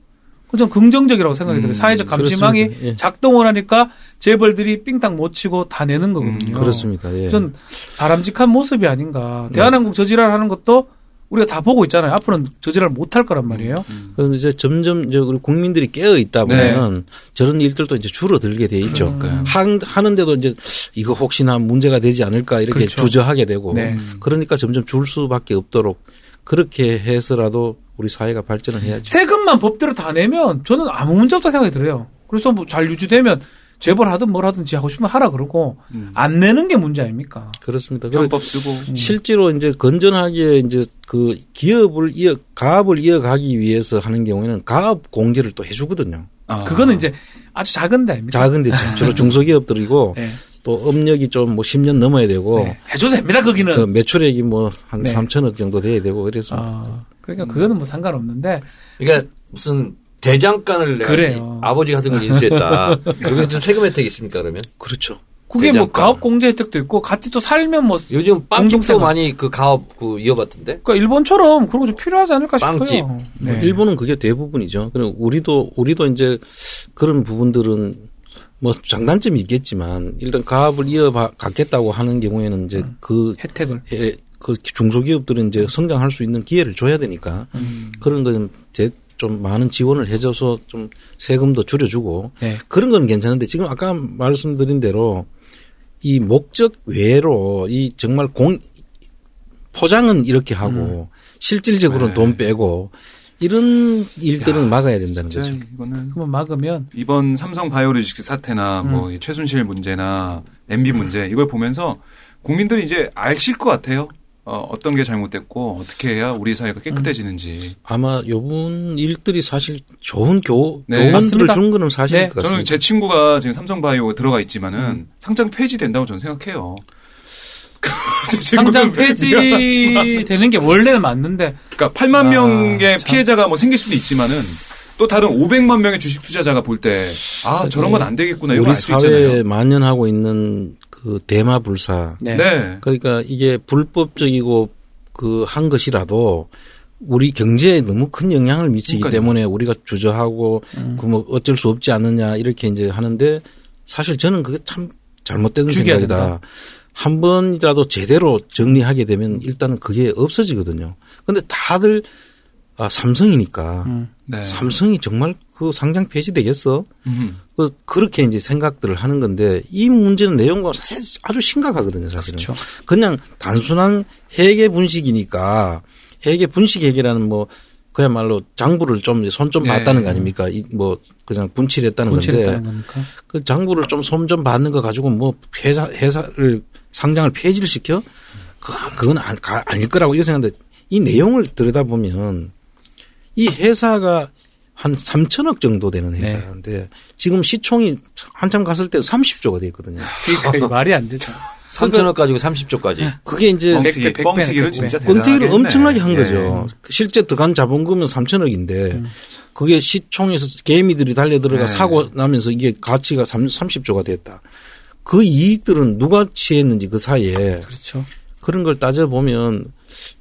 그건 좀 긍정적이라고 생각이
음,
들어요. 사회적 감시망이
그렇습니다. 예.
작동을 하니까 재벌들이 삥땅 못 치고 다 내는 거거든요.
그렇습니다. 예.
어.
네.
전 바람직한 모습이 아닌가. 대한항공 저지랄 하는 것도 우리가 다 보고 있잖아요. 앞으로는 저지랄 못 할 거란 말이에요.
그럼 이제 점점 이제 우리 국민들이 깨어 있다
네.
보면 저런 일들도 이제 줄어들게 돼 있죠. 한, 하는데도 이제 이거 혹시나 문제가 되지 않을까 이렇게
그렇죠.
주저하게 되고
네.
그러니까 점점 줄 수밖에 없도록 그렇게 해서라도 우리 사회가 발전을 해야죠.
세금만 법대로 다 내면 저는 아무 문제 없다 생각이 들어요. 그래서 뭐 잘 유지되면 재벌하든 뭘 하든 지 하고 싶으면 하라 그러고 안 내는 게 문제 아닙니까?
아, 그렇습니다. 그리고
음. 편법 쓰고
음.
실제로 이제 건전하게 이제 그 기업을 이어 가업을 이어가기 위해서 하는 경우에는 가업 공제를 또 해주거든요.
아.
그거는 이제 아주 작은 데입니다
작은 데 주로 중소기업들이고
네.
또 업력이 좀 뭐 10년 넘어야 되고
해줘도 됩니다. 거기는.
그 매출액이 뭐 한
네.
3천억 정도 돼야 되고 그래서
아, 그러니까 그거는 뭐 상관없는데
그러니까 무슨 대장간을 내가
그래요.
이 아버지 같은 걸 인수했다. 여기 좀 세금 혜택이 있습니까 그러면?
그렇죠.
그게 뭐
대장간.
가업 공제 혜택도 있고 같이 또 살면 뭐
요즘 빵집도
공동세금.
많이 그 가업 그 이어봤던데.
그러니까 일본처럼 그런 거 좀 필요하지 않을까 싶어요.
빵집.
네.
뭐 일본은 그게 대부분이죠. 그리고 우리도 우리도 이제 그런 부분들은 뭐 장단점이 있겠지만 일단 가업을 이어가겠다고 하는 경우에는 이제
음.
그
혜택을.
해- 그 중소기업들은 이제 성장할 수 있는 기회를 줘야 되니까
음.
그런 건좀 많은 지원을 해줘서 좀 세금도 줄여주고
네.
그런 건 괜찮은데 지금 아까 말씀드린 대로 이 목적 외로 이 정말 공 포장은 이렇게 하고 실질적으로는
음. 네.
돈 빼고 이런 일들은 막아야 된다는
진짜
거죠.
이거는
그만 막으면
이번 삼성 바이오로직스 사태나
음.
뭐이 최순실 문제나 MB 문제 이걸 보면서 국민들이 이제 아실 것 같아요. 어, 어떤 게 잘못됐고 어떻게 해야 우리 사회가 깨끗해지는지.
아마 요번 일들이 사실 좋은 교,
네.
교훈들을
맞습니다.
준 거는 사실일
네.
것
저는
같습니다. 음.
제 친구가 지금 삼성 바이오 들어가 있지만은 상장 폐지된다고 저는 생각해요. 그 제 그러니까 친구는
당장
미안하지만.
폐지되는 게 원래는 맞는데
그러니까 8만
아,
명의
참.
피해자가 뭐 생길 수도 있지만은 또 다른 500만 명의 주식 투자자가 볼 때 아, 저런 건 안 되겠구나 이런
우리
걸 알 수 있잖아요.
사회에 만연하고 있는 그 대마 불사
네.
네.
그러니까 이게 불법적이고 그 한 것이라도 우리 경제에 너무 큰 영향을 미치기
그러니까요.
때문에 우리가 주저하고
음.
그뭐 어쩔 수 없지 않느냐 이렇게 이제 하는데 사실 저는 그게 참 잘못된
죽여야
생각이다.
된다.
한 번이라도 제대로 정리하게
음.
되면 일단은 그게 없어지거든요. 근데 다들 아 삼성이니까
음.
네.
삼성이 정말 그 상장 폐지 되겠어?
음.
그- 그렇게 이제 생각들을 하는 건데 이 문제는 내용과 사- 아주 심각하거든요, 사실은.
그렇죠.
그냥 단순한 회계 분식이니까 회계 분식 회계라는 뭐 그야말로 장부를 좀 손 좀
네.
봤다는 거 아닙니까? 이 뭐 그냥 분칠했다는
분칠했다는
건데
거니까.
그 장부를 좀 손 좀 받는 거 가지고 뭐 회사 회사를 상장을 폐지를 시켜 그 그건 안, 가- 아닐 거라고 이렇게 생각하는데 이 내용을 들여다보면 이 회사가 한 3천억 정도 되는 회사인데 지금 시총이 한참 갔을 때 30조가 돼 있거든요.
그러니까 이거 말이 안 되죠.
3천억 가지고
네.
30조까지.
그게 이제
백,
뻥튀기,
백,
뻥튀기를
백,
진짜
백.
대단하게
권태기를
했네.
음. 엄청나게 한
예. 음.
거죠. 실제 들어간 자본금은 3천억인데 그게 시총에서 개미들이 달려들어가
네.
사고 나면서 이게 가치가 30조가 됐다. 그 이익들은 누가 취했는지 그
아,
사이에
그렇죠.
그런 걸 따져보면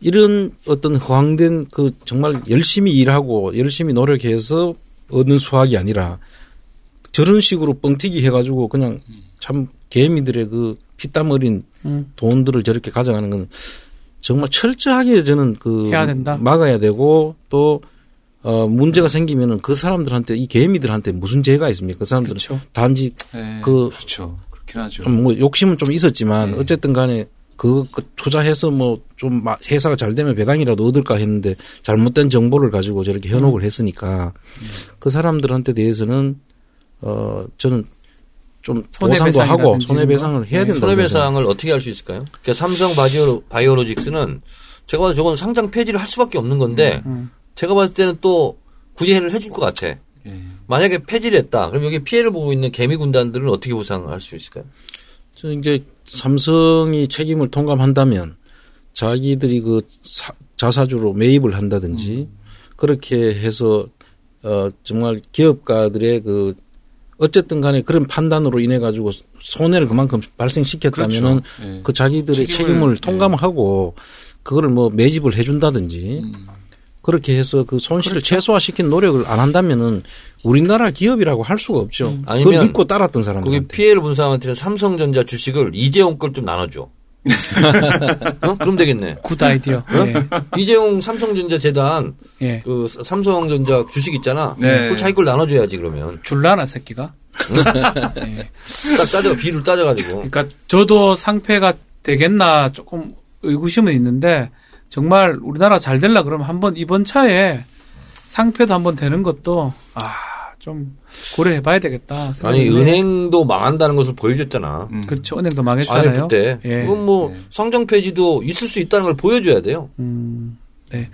이런 어떤 허황된 그 정말 열심히 일하고 열심히 노력해서 얻는 수확이 아니라 저런 식으로 뻥튀기 해가지고 그냥 참 개미들의 그 피땀 어린
음.
돈들을 저렇게 가져가는 건 정말 철저하게 저는 그
해야 된다.
막아야 되고 또 어, 문제가 생기면은 그 사람들한테 이 개미들한테 무슨 죄가 있습니까? 그 사람들은
그렇죠.
단지
예,
그-
그렇죠. 그렇긴 하죠.
좀 뭐 욕심은 좀 있었지만
네.
어쨌든 간에 그, 그 투자해서 뭐 좀 회사가 잘 되면 배당이라도 얻을까 했는데 잘못된 정보를 가지고 저렇게 현혹을 했으니까 그 사람들한테 대해서는 어 저는 좀 보상도 하고
손해배상이라든지
손해배상을 해야
네,
된다고 생각합니다.
손해배상을 어떻게 할 수 있을까요? 그러니까 삼성 바이오, 바이오로직스는 제가 봐도 저건 상장 폐지를 할 수밖에 없는 건데
음.
제가 봤을 때는 또 구제해를 해줄 것 같아.
예.
만약에 폐지를 했다. 그럼 여기 피해를 보고 있는 개미 군단들은 어떻게 보상을 할 수 있을까요?
저 이제 삼성이 책임을 통감한다면 자기들이 그 사- 자사주로 매입을 한다든지 그렇게 해서 어 정말 기업가들의 그 어쨌든 간에 그런 판단으로 인해 가지고 손해를 그만큼 발생시켰다면은 그
그렇죠. 예.
자기들의 책임을,
책임을, 예.
통감하고 그거를 뭐 매집을 해준다든지 그렇게 해서 그 손실을 최소화시킨 노력을 안 한다면은 우리나라 기업이라고 할 수가 없죠. 그걸
아니면
믿고 따랐던
거기
사람들한테.
피해를 본 사람한테는 삼성전자 주식을 이재용 걸 좀 나눠줘. 어? 그럼 되겠네.
굿 아이디어. 예.
이재용 삼성전자 재단
예.
그 삼성전자 주식 있잖아.
네.
그걸 자기 걸 나눠줘야지 그러면
줄라나 새끼가. 예.
딱 따져 비율을 따져가지고
그러니까 저도 상패가 되겠나 조금 의구심은 있는데 정말 우리나라 잘 될라 그러면 한번 이번 차에 상패도 한번 되는 것도 아 좀 고려해 봐야 되겠다. 생각이
아니
드네요.
은행도 망한다는 것을 보여줬잖아.
음.
그렇죠. 은행도
아니
망했잖아요.
그때
예.
그건 뭐
예.
성장 폐지도 있을 수 있다는 걸 보여줘야 돼요.
음, 네.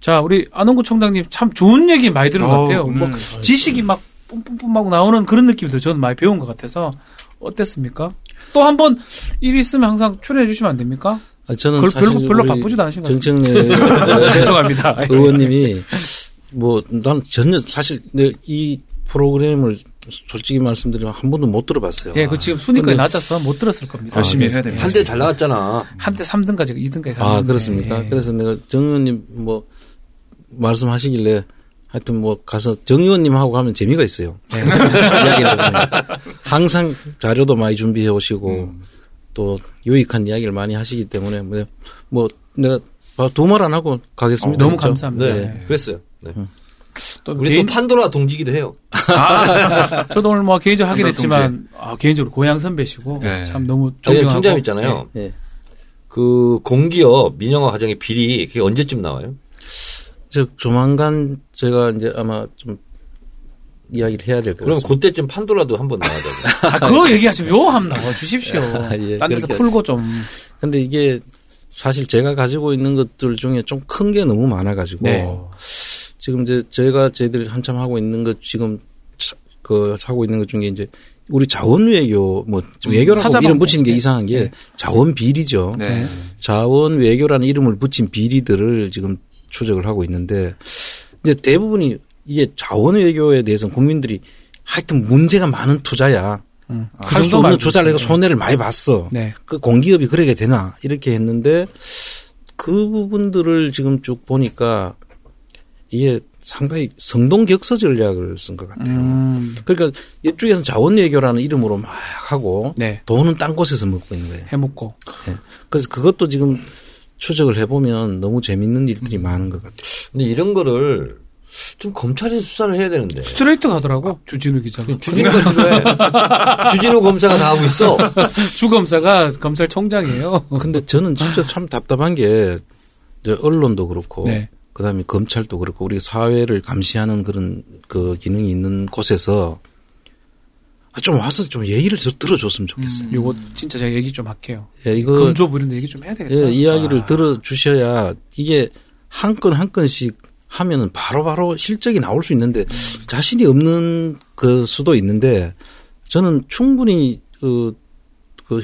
자, 우리 안홍구 총장님 참 좋은 얘기 많이 들은 것
어우,
같아요. 뭐
오늘
지식이 막 뿜뿜뿜 막 나오는 그런 느낌이 들어요. 저는 많이 배운 것 같아서 어땠습니까? 또 한 번 일 있으면 항상 출연해 주시면 안 됩니까?
아, 저는
그걸
사실
별로- 별로
우리
바쁘지도 않으신 것
정청래
죄송합니다.
아,
예.
의원님이 뭐 난 전혀 사실 내 이 프로그램을 솔직히 말씀드리면 한 번도 못 들어봤어요.
예, 그 지금 순위까지
근데-
낮아서 못 들었을 겁니다. 네.
열심히
아,
해야
예.
됩니다.
한때 잘 나갔잖아.
한때 3등까지, 2등까지
아 그렇습니까?
예.
그래서 내가 정 의원님 뭐 말씀하시길래 하여튼 뭐 가서 정 의원님하고 하면 재미가 있어요.
네.
이야기를 보면. 항상 자료도 많이 준비해 오시고
음.
또 유익한 이야기를 많이 하시기 때문에 뭐, 뭐 내가 두 말 안 하고 가겠습니다.
너무
그렇죠?
감사합니다.
네,
예.
그랬어요. 네.
또
우리
개인,
또 판도라 동지기도 해요. 예,
아,
저도 오늘 뭐 개인적으로 하긴
한별 동지.
했지만, 아, 개인적으로 고향 선배시고,
네.
참 너무
저희
존경하고.
총장 있잖아요.
예.
그 공기업 민영화 과정의 비리 그게 언제쯤 나와요?
즉 조만간 제가 이제 아마 좀 이야기를 해야 될 것
그럼
같습니다.
그때쯤 판도라도 한번 나와야 되고.
아, 그거 얘기하지 요 함 나와 주십시오.
예,
딴 데서
그렇게
풀고 좀.
근데 이게 사실 제가 가지고 있는 것들 중에 좀 큰 게 너무 많아 가지고
네.
지금 이제 제가 저희들 한참 하고 있는 것 지금 차- 그 하고 있는 것 중에 이제 우리 자원 외교 뭐좀
음,
외교라고
사자방법.
이름 붙이는 게
네.
이상한 게
네.
자원 비리죠.
네.
자원 외교라는 이름을 붙인 비리들을 지금 추적을 하고 있는데 이제 대부분이 이게 자원 외교에 대해서는 국민들이 하여튼 문제가 많은 투자야.
음. 그
아, 할 수
정도
없는
말고
투자를 해서
있어요.
손해를 많이 봤어.
네.
그 공기업이 그러게 되나 이렇게 했는데 그 부분들을 지금 쭉 보니까 이게 상당히 성동격서 전략을 쓴 것 같아요.
음.
그러니까 이쪽에서는 자원 외교라는 이름으로 막 하고
네.
돈은 딴 곳에서 먹고 있는 거예요.
해먹고.
그래서 그것도 지금 추적을 해보면 너무 재밌는 일들이 많은 것 같아요.
근데 이런 거를 좀 검찰에서 수사를 해야 되는데.
스트레이트 가더라고. 아. 그 주진우 기자가.
그 주진우가 주로해. 주진우 검사가 다 하고 있어.
주 검사가 검찰총장이에요.
근데 저는 진짜 참 답답한 게 이제 언론도 그렇고
네.
그다음에 검찰도 그렇고 우리 사회를 감시하는 그런 그 기능이 있는 곳에서 아, 좀 와서 좀 예의를 좀 들어줬으면 좋겠어요.
요거 진짜 제가 얘기 좀 할게요.
예, 이거
금조 부린데 얘기 좀 해야 되겠다.
예, 이야기를
아,
들어주셔야 이게 한 건 한 건씩 하면은 바로바로 실적이 나올 수 있는데 자신이 없는 그 수도 있는데 저는 충분히 그, 그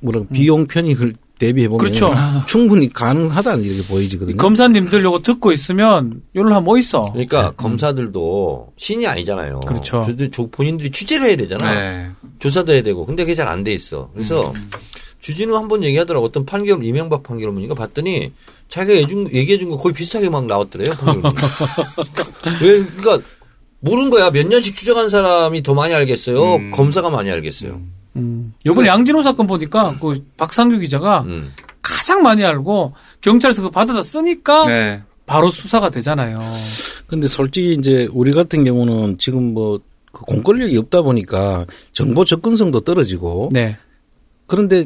뭐라 비용 편익을 대비해
음.
보면
그렇죠.
충분히 가능하다는 이렇게 보이지거든요.
검사님들 요거 듣고 있으면 요런 하면 뭐 있어.
예.
그러니까 검사들도 신이 아니잖아요.
그렇죠.
저- 저- 본인들이 취재를 해야 되잖아.
네.
조사도 해야 되고. 근데 그게 잘 안 돼 있어. 그래서 주진우 한 번 얘기하더라고. 어떤 판결, 이명박 판결 보니까 봤더니 자기가 얘기해준, 얘기해준 거 거의 비슷하게 막 나왔더래요. 판결문이. 왜, 그러니까 모르는 거야. 몇 년씩 추적한 사람이 더 많이 알겠어요.
음.
검사가 많이 알겠어요.
음.
네.
요번에 양진호 사건 보니까 그 박상규 기자가
음.
가장 많이 알고 경찰서 그거 받아다 쓰니까
네.
바로 수사가 되잖아요.
근데 솔직히 이제 우리 같은 경우는 지금 뭐 그 공권력이 없다 보니까 정보 접근성도 떨어지고
네.
그런데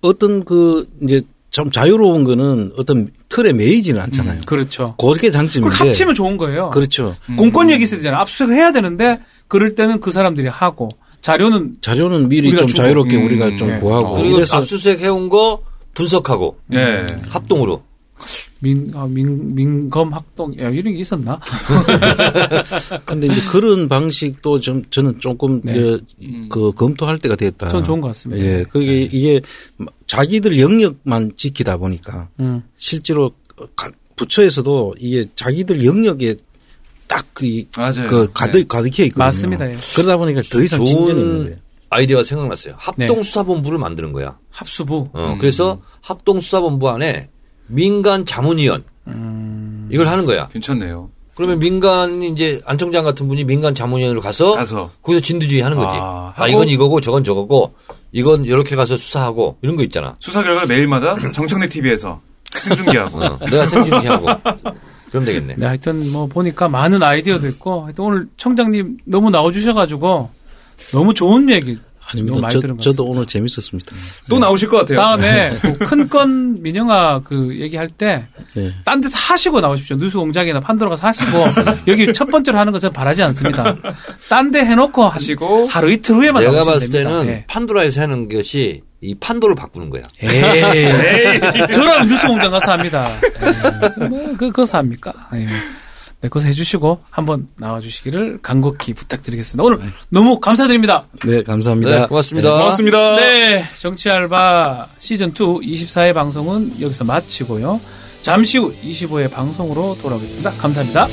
어떤 그 이제 참 자유로운 거는 어떤 틀에 매이지는 않잖아요.
음, 그렇죠.
그게
그걸
장점인데.
합치면 좋은 거예요.
네. 그렇죠.
음.
공권력이 있어야 되잖아요. 압수수색을 해야 되는데 그럴 때는 그 사람들이 하고 자료는
자료는 미리
우리가
좀
주고.
자유롭게
음.
우리가 좀
네.
구하고
그리고 아,
그래서
압수수색 해온 거 분석하고
예.
합동으로.
민, 아, 민, 민검 학동, 야, 이런 게 있었나?
근데 이제 그런 방식도 좀 저는 조금
네.
이제
음.
그 검토할 때가 됐다.
전 좋은 것 같습니다. 네.
예, 그게 이게 자기들 영역만 지키다 보니까
음.
실제로 가- 부처에서도 이게 자기들 영역에 딱그
맞아요. 네.
그 가득 가득해 있거든요.
맞습니다. 예.
그러다 보니까 더 이상 진전이 없는
좋은
거예요.
아이디어가 생각났어요.
네.
합동수사본부를 만드는 거야.
합수부.
어,
음.
그래서 합동수사본부 안에 민간 자문위원
음.
이걸 하는 거야.
괜찮네요.
그러면 민간 이제 안청장 같은 분이 민간 자문위원으로 가서
가서
거기서 진두지휘 하는 거지.
아,
아,
하고-
이건 이거고 저건 저거고 이건 이렇게 가서 수사하고 이런 거 있잖아.
수사 결과를 매일마다 정청래 TV에서 생중계하고.
어, 내가 생진지하고 그럼 되겠네.
네, 하여튼 뭐 보니까 많은 아이디어도 있고 하여튼 오늘 청장님 너무 나와주셔가지고 너무 좋은 얘기 너무
아닙니다.
많이 들은
저,
것 같습니다.
저도 네. 오늘 재밌었습니다.
또 나오실 것 같아요. 네.
다음에 큰 건 민영아 그 얘기할 때 딴
네.
데서 하시고 나오십시오. 뉴스 공장이나 판도라 가서 하시고 여기 첫 번째로 하는 거 저는 바라지 않습니다. 딴 데 해놓고 하시고
하시고
하루 이틀 후에만
내가
나오시면
봤을
됩니다.
때는 판도라에서 하는 것이 이 판도를 바꾸는 거야.
예. 에이. 저랑 뉴스 공장 가서 합니다. 예. 뭐, 그, 그거서 합니까? 예. 네, 그거서 해주시고 한번 나와주시기를 간곡히 부탁드리겠습니다. 오늘 너무 감사드립니다.
네, 감사합니다.
네, 고맙습니다.
고맙습니다.
네, 정치알바 시즌2 24회 방송은 여기서 마치고요. 잠시 후 25회 방송으로 돌아오겠습니다. 감사합니다.